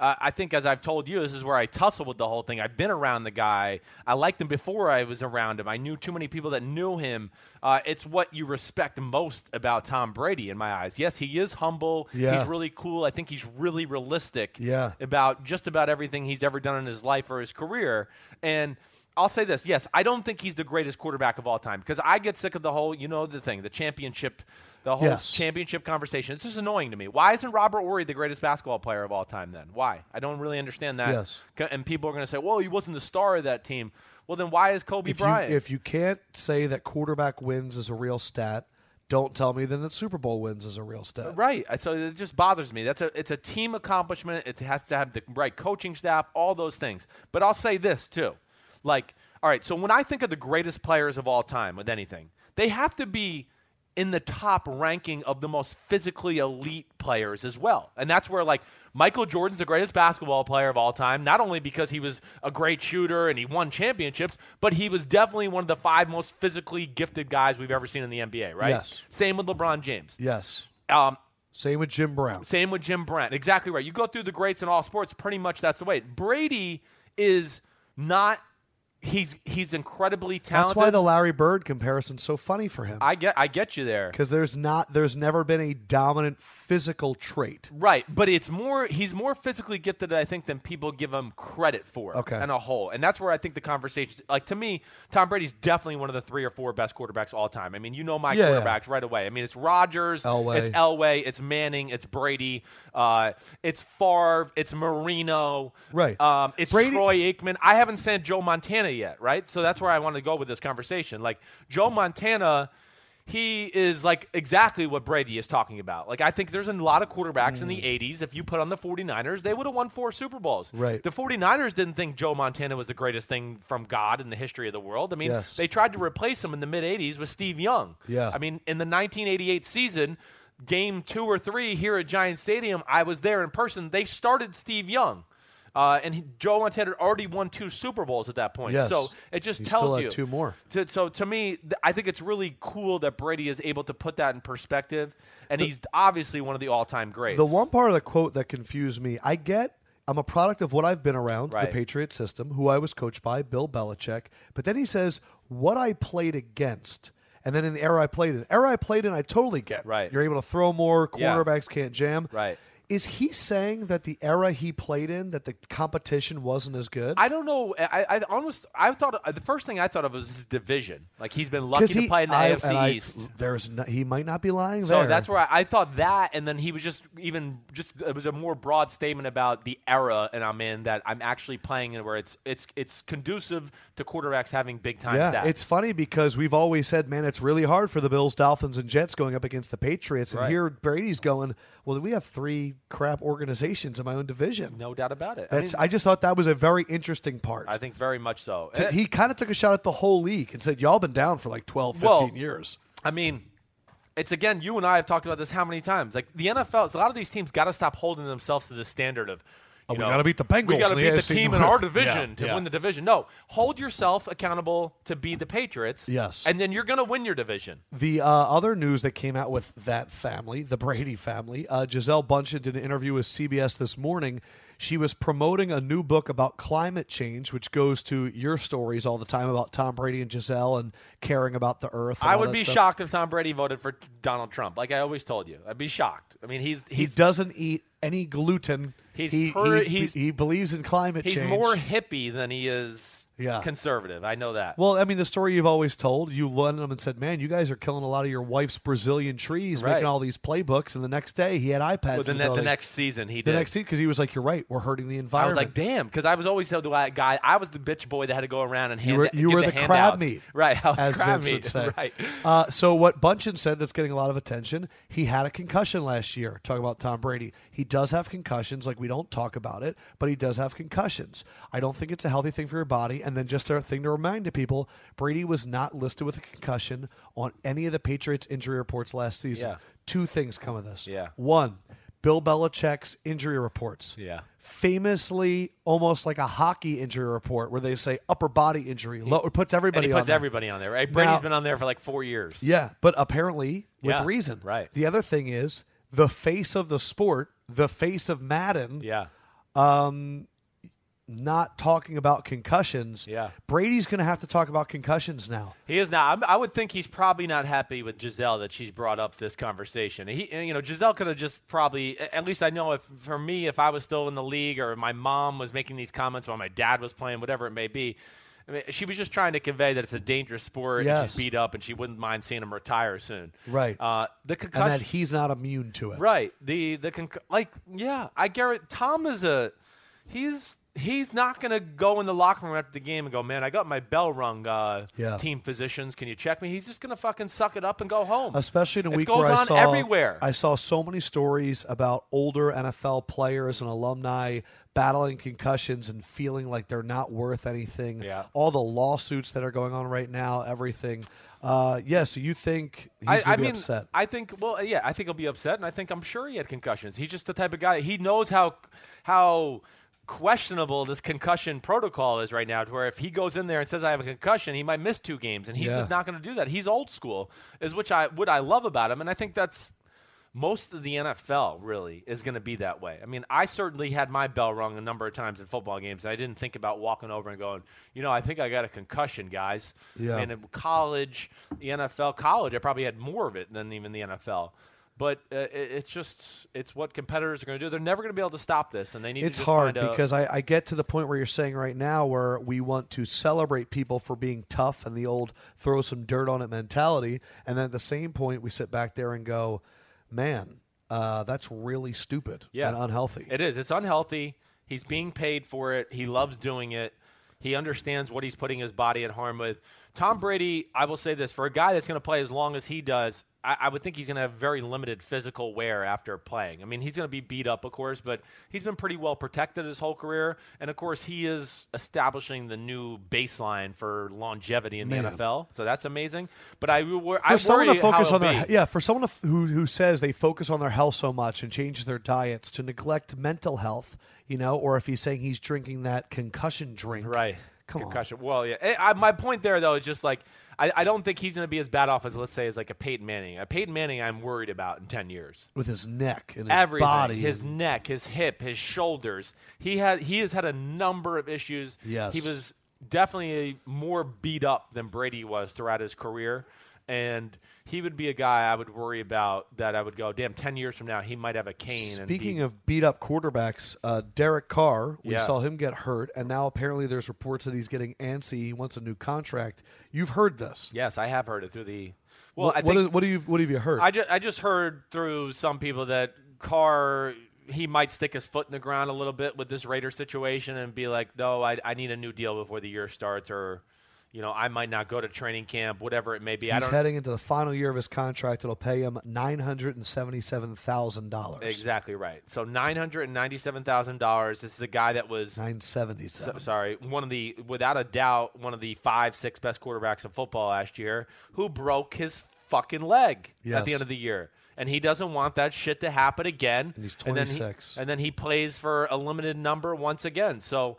Uh, I think, as I've told you, this is where I tussle with the whole thing. I've been around the guy. I liked him before I was around him. I knew too many people that knew him. Uh, it's what you respect most about Tom Brady, in my eyes. Yes, he is humble. Yeah. He's really cool. I think he's really realistic Yeah. about just about everything he's ever done in his life or his career. And I'll say this: yes, I don't think he's the greatest quarterback of all time because I get sick of the whole, you know, the thing, the championship, the whole Yes. championship conversation. It's just annoying to me. Why isn't Robert Ory the greatest basketball player of all time? Then why? I don't really understand that. Yes. C- And people are going to say, "Well, he wasn't the star of that team." Well, then why is Kobe if you, Bryant? if you can't say that quarterback wins is a real stat, don't tell me then that Super Bowl wins is a real stat. Right. I- So it just bothers me. That's a it's a team accomplishment. It has to have the right coaching staff, all those things. But I'll say this too. Like, all right, so when I think of the greatest players of all time with anything, they have to be in the top ranking of the most physically elite players as well. And that's where like Michael Jordan's the greatest basketball player of all time, not only because he was a great shooter and he won championships, but he was definitely one of the five most physically gifted guys we've ever seen in the NBA, right? Yes. Same with LeBron James. Yes. Um, Same with Jim Brown. same with Jim Brent. Exactly right. You go through the greats in all sports, pretty much that's the way. Brady is not he's he's incredibly That's talented. why the Larry Bird comparison's so funny for him. I get I get you there. Because there's not there's never been a dominant physical trait. Right, but it's more he's more physically gifted I think than people give him credit for Okay. and a whole. And that's where I think the conversations like to me, Tom Brady's definitely one of the three or four best quarterbacks all time. I mean, you know my Yeah, yeah. quarterbacks right away. I mean, it's Rodgers, Elway. it's Elway, it's Manning, it's Brady, uh, it's Favre, it's Marino. Right. Um, it's Brady- Troy Aikman. I haven't said Joe Montana yet, right? So that's where I want to go with this conversation. Like Joe Montana he is like exactly what Brady is talking about. Like I think there's a lot of quarterbacks Mm. in the 80s if you put on the 49ers, they would have won four Super Bowls. Right. The 49ers didn't think Joe Montana was the greatest thing from God in the history of the world. I mean, Yes. they tried to replace him in the mid 80s with Steve Young. Yeah. I mean, in the 1988 season, game 2 or 3 here at Giant Stadium, I was there in person. They started Steve Young. Uh, and he, Joe Montana had already won two Super Bowls at that point. Yes. So it just He tells still had you two more. to, so to me, th- I think it's really cool that Brady is able to put that in perspective, and he's obviously one of the all-time greats. The one part of the quote that confused me, I get. I'm a product of what I've been around, the Right. Patriot system, who I was coached by, Bill Belichick. But then he says, what I played against. And then in the era I played in, era I played in, I totally get. Right. You're able to throw more, Yeah. quarterbacks can't jam. Right. Is he saying that the era he played in, that the competition wasn't as good? I don't know. I, I almost I thought uh, the first thing I thought of was his division. Like he's been lucky 'Cause to play in the I- AFC and I- East. There's no, he might not be lying So there. that's where I, I thought that, and then he was just even just it was a more broad statement about the era and I'm in that I'm actually playing in where it's it's it's conducive to quarterbacks having big time Yeah, sacks. it's funny because we've always said, man, it's really hard for the Bills, Dolphins, and Jets going up against the Patriots, and Right. here Brady's going. Well, we have three crap organizations in my own division. no doubt about it. That's. I, I, mean, just thought that was a very interesting part. I think very much so. T- he kind of took a shot at the whole league and said, "Y'all been down for like 12, 15 Well, years." I mean, it's again, you and I have talked about this how many times? Like the NFL, a lot of these teams got to stop holding themselves to the standard of. Oh, you we know, gotta beat the Bengals We got to in the beat AFC the team in our North. division Yeah, to yeah. win the division. No, hold yourself accountable to be the Patriots. Yes. and then you're going to win your division. The uh, other news that came out with that family, the Brady family, uh, Giselle Bundchen did an interview with CBS this morning. She was promoting a new book about climate change, which goes to your stories all the time about Tom Brady and Giselle and caring about the earth. and I all would that be stuff. shocked if Tom Brady voted for Donald Trump. Like I always told you, I'd be shocked. I mean, he's He he's doesn't eat any gluten. He's he, per- he, he's- he believes in climate he's change. more hippie than he is Yeah. conservative. I know that. Well, I mean, the story you've always told, you learned them and said, "Man, you guys are killing a lot of your wife's Brazilian trees, Right. making all these playbooks." And the next day, he had iPads. But in the, then that- the building. next season he the did. next because he was like, "You're right, we're hurting the I environment." was like, damn, because I was always so the guy. I was the bitch boy that had to go around and hand. You were, you give were the, the, handouts. crab meat, right? I was as crab Vince meat, would say. right? Uh, so what Bunchen said that's getting a lot of attention. He had a concussion last year. Talk about Tom Brady. He does have concussions. Like we don't talk about it, but he does have concussions. I don't think it's a healthy thing for your body. And then just a thing to remind to people: Brady was not listed with a concussion on any of the Patriots injury reports last season. Yeah. Two things come of this. Yeah. One. Bill Belichick's injury reports Yeah. famously almost like a hockey injury report where they say upper body injury. Lo- it puts And everybody he on puts there. everybody on there. Right? Brady's Now- been on there for like four years. Yeah, but apparently with Yeah, reason. right. The other thing is the face of the sport, the face of Madden, Yeah. not talking about concussions. Yeah. Brady's going to have to talk about concussions now. He is now. I'm- I would think he's probably not happy with Giselle that she's brought up this conversation. He, and, you know, Giselle could have just probably. a- At least I know if for me, if I was still in the league or if my mom was making these comments while my dad was playing, whatever it may be. I mean, she was just trying to convey that it's a dangerous sport. And Yes. she's beat up, and she wouldn't mind seeing him retire soon. Right. Uh, the And concussion. that he's not immune to it. Right. The the conc- like yeah, I Garrett Tom is a he's he's not going to go in the locker room after the game and go, "Man, I got my bell rung uh Yeah. team physicians, can you check me?" He's just going to fucking suck it up and go home. Especially in a It week goes where I on saw everywhere. I saw so many stories about older NFL players and alumni battling concussions and feeling like they're not worth anything. Yeah. All the lawsuits that are going on right now, everything. Uh, yeah, so you think he's I, gonna I be mean, upset. I think. Well, yeah, I think he'll be upset, and I think I'm sure he had concussions. He's just the type of guy. He knows how how questionable this concussion protocol is right now. To where if he goes in there and says I have a concussion, he might miss two games, and he's Yeah. just not going to do that. He's old school, is which I what I love about him, and I think that's most of the NFL really is going to be that way. I mean, I certainly had my bell rung a number of times in football games, and I didn't think about walking over and going, you know, I think I got a concussion, guys. Yeah. And in college, the NFL, college, I probably had more of it than even the NFL. But uh, it, it's just it's what competitors are going to do. They're never going to be able to stop this, and they need. it's to just hard find a- because I, I get to the point where you're saying right now where we want to celebrate people for being tough and the old throw some dirt on it mentality and then at the same point we sit back there and go man uh, that's really stupid yeah. and unhealthy It is. It's unhealthy. He's being paid for it. He loves doing it. He understands what he's putting his body in harm with. Tom Brady, I will say this for a guy that's going to play as long as he does, I, I would think he's going to have very limited physical wear after playing. I mean, he's going to be beat up, of course, but he's been pretty well protected his whole career. And of course, he is establishing the new baseline for longevity in the Man. NFL. So that's amazing. But I, wo- I for someone worry to focus how on it'll their be. yeah for someone to f- who who says they focus on their health so much and changes their diets to neglect mental health you know or if he's saying he's drinking that concussion drink Right. Come on. Concussion. Well, yeah. Eh, I, my point there, though, is just like I, I don't think he's going to be as bad off as let's say as like a Peyton Manning. A Peyton Manning, I'm worried about in ten years. with his neck and his Everything, body his and- neck, his hip, his shoulders. He had he has had a number of issues. Yes. He was definitely more beat up than Brady was throughout his career. And he would be a guy I would worry about that I would go, damn, 10 years from now, he might have a cane. Speaking and of beat up quarterbacks, uh, Derek Carr, we Yeah. saw him get hurt, and now apparently there's reports that he's getting antsy. He wants a new contract. You've heard this. Yes, I have heard it through the. Well, what, I think what, is, what do you what have you heard? I just I just heard through some people that Carr he might stick his foot in the ground a little bit with this Raider situation and be like, no, I I need a new deal before the year starts, or you know, I might not go to training camp, whatever it may be. I he's don't heading into the final year of his contract. It'll pay him nine hundred and seventy-seven thousand dollars. exactly right. So nine hundred and ninety-seven thousand dollars. This is a guy that was Nine so- seventy-seven. sorry, one of the without a doubt one of the five six best quarterbacks in football last year, who broke his fucking leg at Yes. the end of the year. And he doesn't want that shit to happen again. And he's then he- 26. And then he plays for a limited number once again. So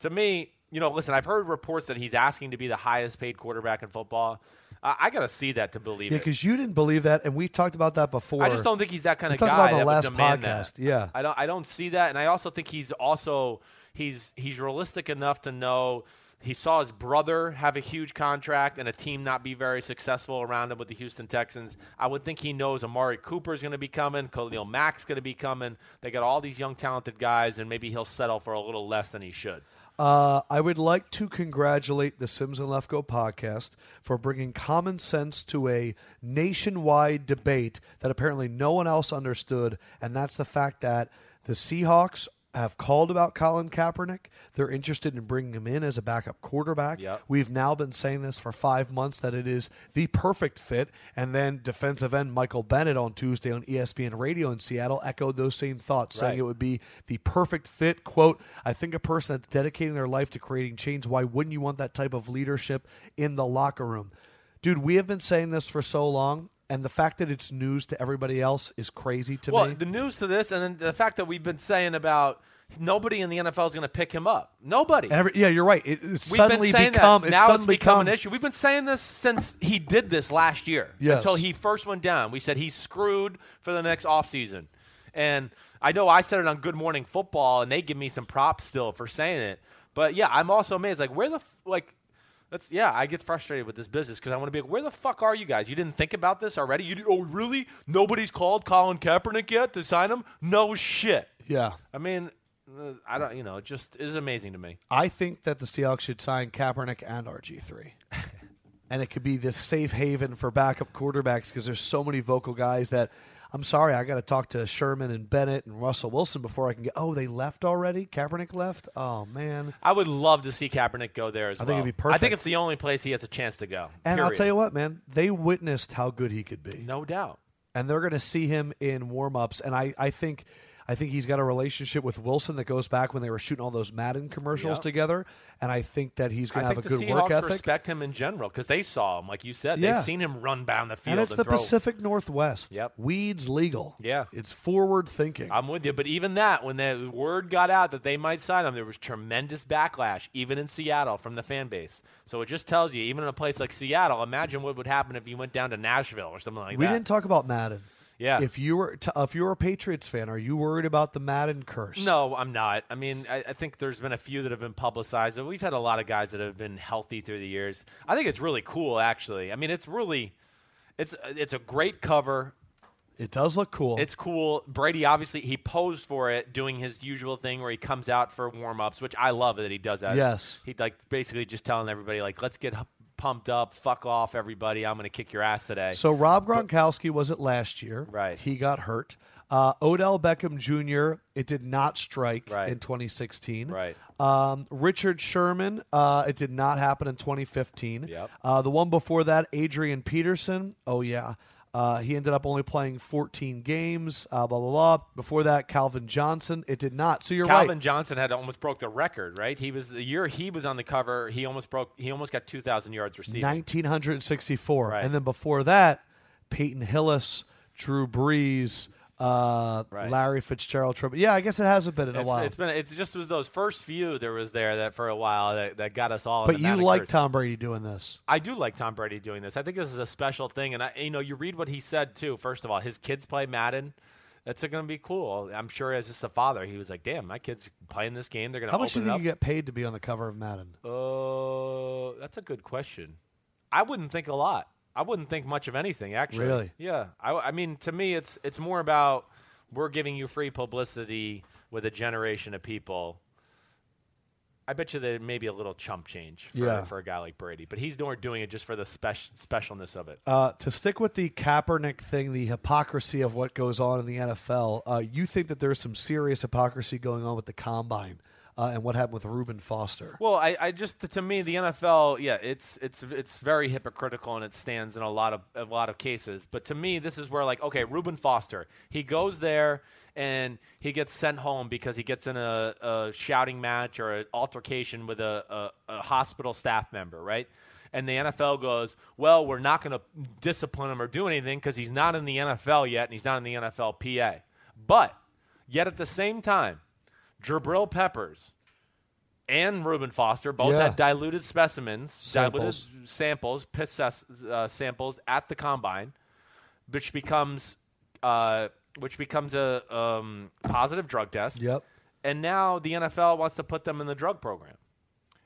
to me, you know, listen, I've heard reports that he's asking to be the highest paid quarterback in football. I, I got to see that to believe Yeah, it. because you didn't believe that, and we talked about that before. I just don't think he's that kind We of guy talked about that on the would last demand podcast, that. yeah. I don't. I don't see that, and I also think he's also he's he's realistic enough to know he saw his brother have a huge contract and a team not be very successful around him with the Houston Texans. I would think he knows Amari Cooper is going to be coming, Khalil Mack's going to be coming. They got all these young talented guys, and maybe he'll settle for a little less than he should. Uh, I would like to congratulate the Sims and Lefko podcast for bringing common sense to a nationwide debate that apparently no one else understood, and that's the fact that the Seahawks have called about Colin Kaepernick. They're interested in bringing him in as a backup quarterback. Yep. We've now been saying this for five months that it is the perfect fit. And then defensive end Michael Bennett on Tuesday on E ESPN Radio in Seattle echoed those same thoughts, saying Right. it would be the perfect fit. Quote, I think a person that's dedicating their life to creating change, why wouldn't you want that type of leadership in the locker room? Dude, we have been saying this for so long, and the fact that it's news to everybody else is crazy to Well, me. the news to this, and then the fact that we've been saying about nobody in the NFL is going to pick him up. Nobody. Every, yeah, you're right. It, it's We've suddenly been saying become that. it's now it's suddenly become become- an issue. We've been saying this since he did this last year. Yes. Until he first went down. We said he's screwed for the next offseason. And I know I said it on Good Morning Football, and they give me some props still for saying it. But yeah, I'm also amazed. Like, where the f- like. That's, yeah, I get frustrated with this business because I want to be like, where the fuck are you guys? You didn't think about this already? You did, oh, really? Nobody's called Colin Kaepernick yet to sign him? No shit. Yeah. I mean, uh, I don't, you know, it just is amazing to me. I think that the Seahawks should sign Kaepernick and RG3. and it could be this safe haven for backup quarterbacks because there's so many vocal guys that I'm sorry, I got to talk to Sherman and Bennett and Russell Wilson before I can get. Oh, they left already? Kaepernick left? Oh, man. I would love to see Kaepernick go there as I well. think it'd be I think perfect. it's the only place he has a chance to go. And I'll period. tell you what, man, they witnessed how good he could be. no doubt. and they're going to see him in warm-ups and I, I think I think he's got a relationship with Wilson that goes back when they were shooting all those Madden commercials Yeah. together and I think that he's going to I have a think the good Seahawks work ethic. respect him in general because they saw him, like you said. Yeah. They've seen him run down the field. and it's the throw. Pacific Northwest. Yep. Weed's legal. Yeah. It's forward thinking. I'm with you, but even that, when the word got out that they might sign him, there was tremendous backlash, even in Seattle, from the fan base. So it just tells you, even in a place like Seattle, imagine what would happen if you went down to Nashville or something like we that. didn't talk about Madden. Yeah. If you were t- if you were a Patriots fan, are you worried about the Madden curse? No, I'm not. I mean, I, I think there's been a few that have been publicized. and We've had a lot of guys that have been healthy through the years. I think it's really cool, actually. I mean, it's really, it's it's a great cover. It does look cool. It's cool. Brady obviously he posed for it, doing his usual thing where he comes out for warm ups, which I love that he does that. Yes. he like basically just telling everybody like, let's get h- pumped up. Fuck off, everybody. I'm going to kick your ass today. So Rob Gronkowski was it last year. Right. He got hurt. Uh, Odell Beckham Jr. It did not strike Right. in 2016. Right. Um, Richard Sherman. Uh, it did not happen in 2015. Yep. Uh, the one before that, Adrian Peterson. Oh yeah. Uh, he ended up only playing 14 games. Uh, blah blah blah. Before that, Calvin Johnson. It did not. So you're Calvin right. Johnson had almost broke the record, right? He was the year he was on the cover. He almost broke. He almost got 2,000 yards receiving. 1964. Right. And then before that, Peyton Hillis, Drew Brees, uh, Right. Larry Fitzgerald. Triple. Yeah, I guess it hasn't been in a It's- while. it's been. It's just was those first few there was there that for a while that, that got us all. in but the you manicures. like Tom Brady doing this. I do like Tom Brady doing this. I think this is a special thing, and I, you know, you read what he said too. First of all, his kids play Madden. That's going to be cool. I'm sure as just a father, he was like, "Damn, my kids playing this game. They're going to How much do open you think it up." you get paid to be on the cover of Madden? Uh, that's a good question. I wouldn't think a lot. I wouldn't think much of anything, actually. Really? Yeah. I, I mean, to me, it's it's more about we're giving you free publicity with a generation of people. I bet you that may be a little chump change for, Yeah. for a guy like Brady, but he's doing doing it just for the spec- specialness of it. Uh, to stick with the Kaepernick thing, the hypocrisy of what goes on in the NFL, uh, you think that there's some serious hypocrisy going on with the combine uh, and what happened with Reuben Foster. Well, I, I just to me the NFL, yeah, it's it's it's very hypocritical and it stands in a lot of a lot of cases. But to me, this is where like okay, Reuben Foster, he goes there and he gets sent home because he gets in a, a shouting match or an altercation with a, a, a hospital staff member, right? And the NFL goes, well, we're not going to discipline him or do anything because he's not in the NFL yet and he's not in the NFLPA. But yet at the same time, Jabril Peppers and Reuben Foster both Yeah. had diluted specimens, Samples. diluted samples, piss ses- uh, samples at the combine, which becomes uh, which becomes a um, positive drug test. Yep. And now the NFL wants to put them in the drug program.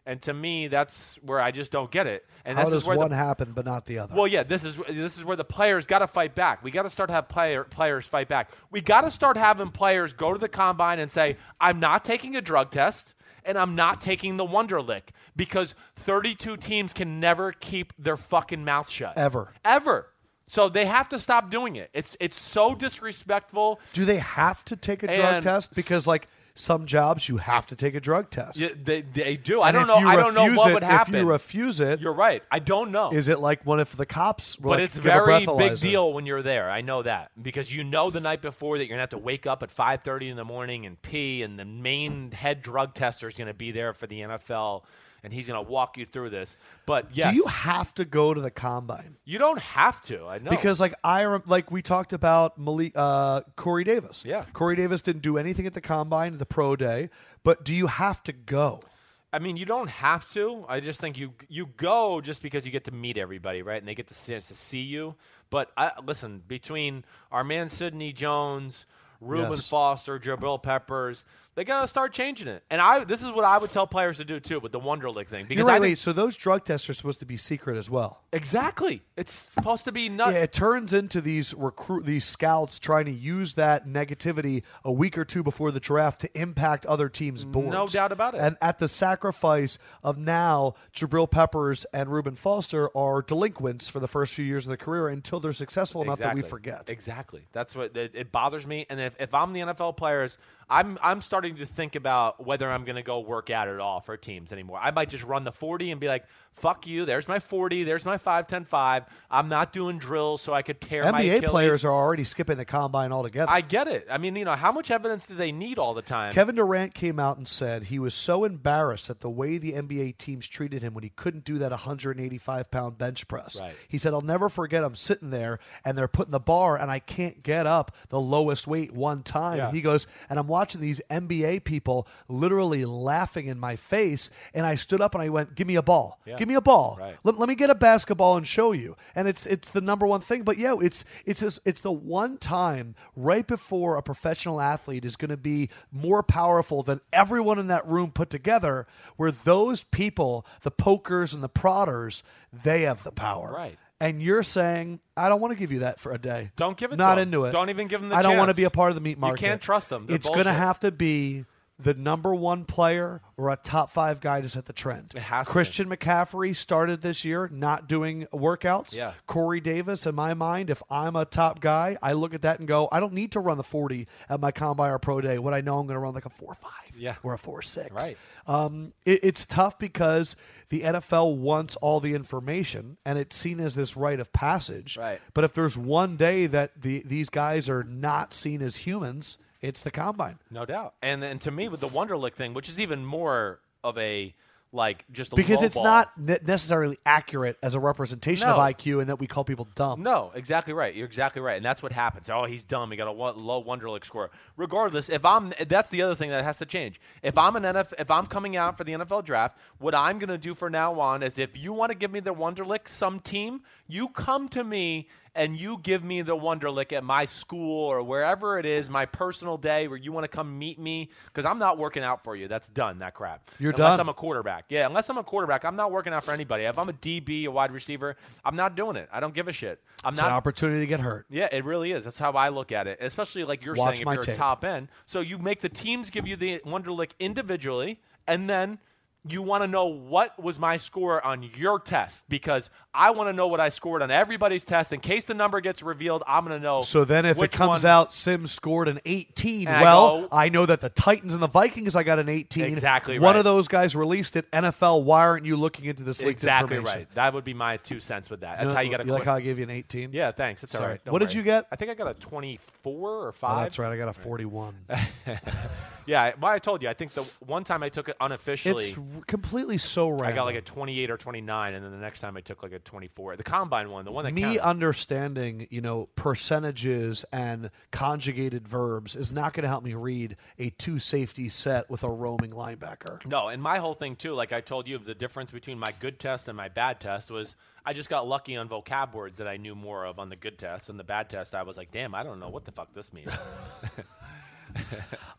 And to me, that's where I just don't get it. And How this does is where one the, happen but not the other? well, yeah, this is this is where the players got to fight back. We got to start have player, players fight back. We got to start having players go to the combine and say, "I'm not taking a drug test." And I'm not taking the wonder lick because 32 teams can never keep their fucking mouth shut Ever. ever. So they have to stop doing it. It's it's so disrespectful. do they have to take a drug And- test? Because, like, some jobs you have to take a drug test. Yeah, They, they do. I And don't if know. you I don't know refuse what it- would happen. If you refuse it, You're right. I don't know. is it like one if the cops? Were But like, it's "Give a very big breathalyzer"? deal when you're there. I know that because you know the night before that you're gonna have to wake up at 5:30 in the morning and pee, and the main head drug tester is gonna be there for the NFL, and he's gonna walk you through this. But yes, Oh. Do you have to go to the combine? you don't have to. I know Because like I rem- like we talked about Malik uh, Corey Davis. Yeah. Corey Davis didn't do anything at the combine, the pro day. But do you have to go? I mean, you don't have to. I just think you you go just because you get to meet everybody, right? And they get the chance to see you. But I, listen, between our man Sidney Jones, Reuben Yes. Foster, Jabril Peppers, they gotta start changing it. And I this is what I would tell players to do too with the Wonderlic thing because You're right. I think, wait, so those drug tests are supposed to be secret as well. exactly it's supposed to be not Yeah, it turns into these recruit these scouts trying to use that negativity a week or two before the draft to impact other teams' boards. doubt about it. And at the sacrifice of now, Jabril Peppers and Reuben Foster are delinquents for the first few years of their career until they're successful enough that we forget. Exactly. That's what it, it bothers me. And if, if I'm the NFL players, I'm I'm starting to think about whether I'm going to go work out at all for teams anymore. I might just run the 40 and be like, "Fuck you. There's my 40. There's my 5 10 5. I'm not doing drills so I could tear my NBA Achilles." players are already skipping the combine altogether. I get it. I mean, you know, how much evidence do they need all the time? Kevin Durant came out and said he was so embarrassed at the way the NBA teams treated him when he couldn't do that 185 pound bench press. Right. He said, I'll never forget I'm sitting there and they're putting the bar and I can't get up the lowest weight one time. Yeah. He goes, and I'm watching these NBA people literally laughing in my face. And I stood up and I went, Give me a ball. Give me a ball. Right. Let, let me get a basketball and show you. And it's it's the number one thing. But yeah, it's it's just, it's the one time right before a professional athlete is going to be more powerful than everyone in that room put together, where those people, the pokers and the prodders, they have the power. Right. And you're saying I don't want to give you that for a day. Don't give it to Not them. into it. Don't even give them the I don't want to chance. be a part of the meat You market. can't trust them. They're it's going to bullshit. have to be the number one player or a top five guy to set the trend. It has to. Christian McCaffrey started this year not doing workouts. Yeah. Corey Davis, in my mind, if I'm a top guy, I look at that and go, I don't need to run the 40 at my combine or pro day. What I know, I'm going to run like a 4 5 Yeah. or a 4 6. Right. Um, it, it's tough because the NFL wants all the information and it's seen as this rite of passage. Right. But if there's one day that the, these guys are not seen as humans, it's the combine. No doubt. And and to me with the Wonderlick thing, which is even more of a like just because low it's ball. not ne- necessarily accurate as a representation of No. IQ, and that we call people dumb. No, exactly right. You're exactly right, and that's what happens. Oh, he's dumb. He got a wo- low Wonderlic score. Regardless, if I'm that's the other thing that has to change. If I'm an NFL, if I'm coming out for the NFL draft, what I'm going to do for now on is if you want to give me the Wonderlic, some team, you come to me and you give me the Wonderlic at my school or wherever it is, my personal day where you want to come meet me because I'm not working out for you. That's done. That crap. You're Unless done. I'm a quarterback. Yeah, unless I'm a quarterback, I'm not working out for anybody. If I'm a DB, a wide receiver, I'm not doing it. I don't give a shit. I'm It's an not. opportunity to get hurt. Yeah, it really is. That's how I look at it. Especially like you're Watch saying, if my you're tape. a top end, so you make the teams give you the Wonderlick individually, and then you want to know what was my score on your test because I want to know what I scored on everybody's test. In case the number gets revealed, I'm going to know. So then, if it which comes one- out Sims scored an 18, And I well, go- I know that the Titans and the Vikings, I got an 18. Exactly One right. of those guys released it. NFL, why aren't you looking into this leaked exactly information? right. That would be my two cents with that. That's You know, how you got to. like how I gave you an 18? Yeah, thanks. It's all Sorry. right. Don't What did worry. you get? I think I got a 24 or Oh, 5. that's right. I got a 41. Yeah, I- well, I told you. I think the one time I took it unofficially, it's r- completely so random. I got like a 28 or 29, and then the next time I took like a 24. The combine one, the one that me uh, counted. understanding you know percentages and conjugated verbs is not going to help me read a two safety set with a roaming linebacker no, and my whole thing too, like I told you, the difference between my good test and my bad test was I just got lucky on vocab words that I knew more of on the good test, and the bad test I was like, damn, I don't know what the fuck this means.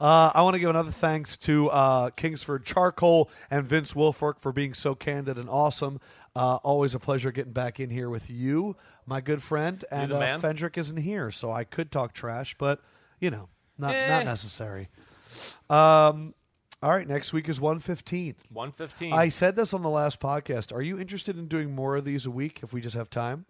uh, i want to give another thanks to uh, kingsford charcoal and vince wilfork for being so candid and awesome uh, always a pleasure getting back in here with you my good friend and the uh, man. fendrick isn't here so i could talk trash but you know not, Eh. not necessary um, all right next week is 115 115. I said this on the last podcast. Are you interested in doing more of these a week if we just have time?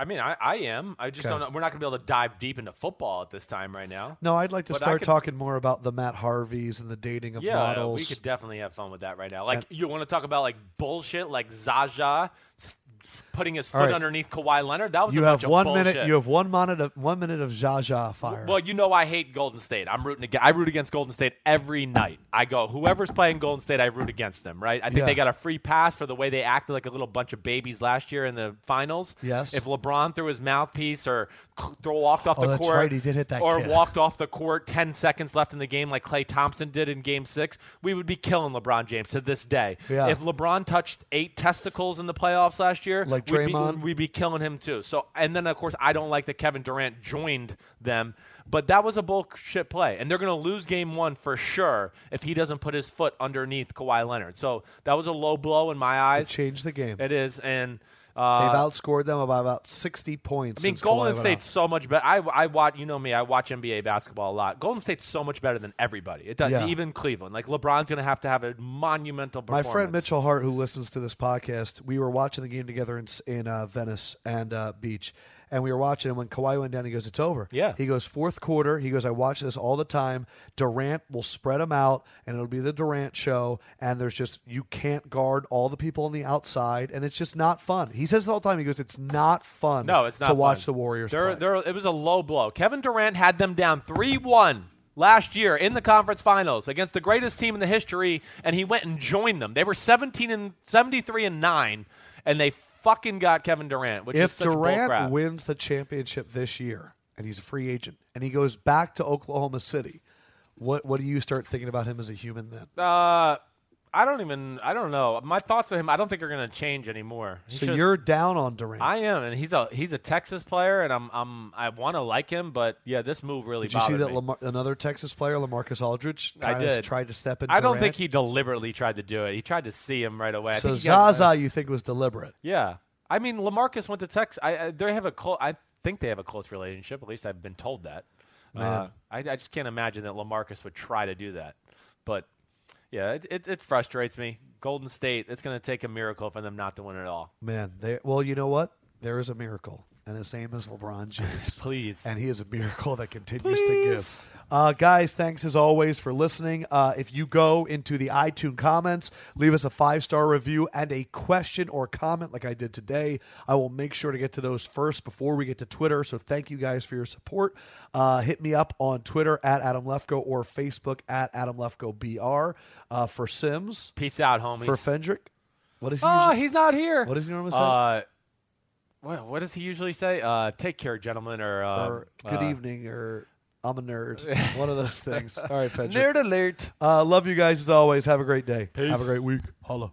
I mean, I, I am. I just Okay. don't know. We're not going to be able to dive deep into football at this time right now. No, I'd like to But I start could- talking more about the Matt Harveys and the dating of Yeah, models. we could definitely have fun with that right now. Like, you want to talk about like bullshit, like Zaja s- putting his foot right. underneath Kawhi Leonard? That was you a have bunch one of minute. bullshit. You have one minute of one minute of Zsa Zsa fire. Well, you know I hate Golden State. I'm rooting. Against, I root against Golden State every night. I go whoever's playing Golden State, I root against them. Right? I think Yeah. they got a free pass for the way they acted like a little bunch of babies last year in the finals. Yes. If LeBron threw his mouthpiece or c- throw walked off Oh, the that's court, right. He did hit that or kid. walked off the court ten seconds left in the game, like Clay Thompson did in Game Six, we would be killing LeBron James to this day. Yeah. If LeBron touched eight testicles in the playoffs last year, Like we'd be- Draymond? we'd be killing him too. So, and then of course, I don't like that Kevin Durant joined them, but that was a bullshit play, and they're going to lose game one for sure if he doesn't put his foot underneath Kawhi Leonard. So that was a low blow in my eyes. change the game. It is, and They've uh, outscored them by about sixty points. I mean, since Kawhi Golden went State's out. so much better. I, I watch, you know me, I watch NBA basketball a lot. Golden State's so much better than everybody. It does, Yeah. even Cleveland. Like LeBron's going to have to have a monumental My performance. friend Mitchell Hart, who listens to this podcast, we were watching the game together in S- in uh, Venice and uh, Beach, and we were watching. And when Kawhi went down, he goes, "It's over." Yeah. He goes fourth quarter. He goes, "I watch this all the time. Durant will spread them out, and it'll be the Durant show. And there's just you can't guard all the people on the outside, and it's just not fun." He says it all the time. He goes, "It's not fun. No, it's not to watch fun. the Warriors. They're, play." they're, it was a low blow. Kevin Durant had them down 3 1 last year in the conference finals against the greatest team in the history, and he went and joined them. They were 17 and 73 and 9, and they fucking got Kevin Durant, which is if such bullcrap. Durant wins the championship this year and he's a free agent and he goes back to Oklahoma City, what what do you start thinking about him as a human then? uh, I don't even. I don't know. My thoughts on him. I don't think are going to change anymore. He's so just- you're down on Durant. I am, and he's a he's a Texas player, and I'm I'm I want to like him, but yeah, this move really did you see bothered that me. Lamar, another Texas player, Lamarcus Aldridge, I kinda did. tried to step in? I don't Durant? think he deliberately tried to do it. He tried to see him right away. I So think he got- Zaza, you think was deliberate? Yeah, I mean, Lamarcus went to Texas. I, I they have a close. I think they have a close relationship. At least I've been told that. Uh, I, I just can't imagine that Lamarcus would try to do that. But yeah, it, it, it frustrates me. Golden State, it's going to take a miracle for them not to win it all. Man, they, well, you know what? There is a miracle, and his name is LeBron James. Please. And he is a miracle that continues to give. Uh, guys, thanks as always for listening. Uh, if you go into the iTunes comments, leave us a five star review and a question or comment like I did today. I will make sure to get to those first before we get to Twitter. So thank you guys for your support. Uh, hit me up on Twitter at Adam Lefko or Facebook at Adam Lefko BR uh, for Sims, Peace out, homies. for Fendrick. What is he? oh, usually- he's not here. what does he normally say? Uh, what, what does he usually say? Uh, take care, gentlemen, or, uh, or good uh, evening or I'm a nerd. One of those things. All right, Pedro. Nerd alert. Uh, love you guys as always. Have a great day. Have a great week. Holla.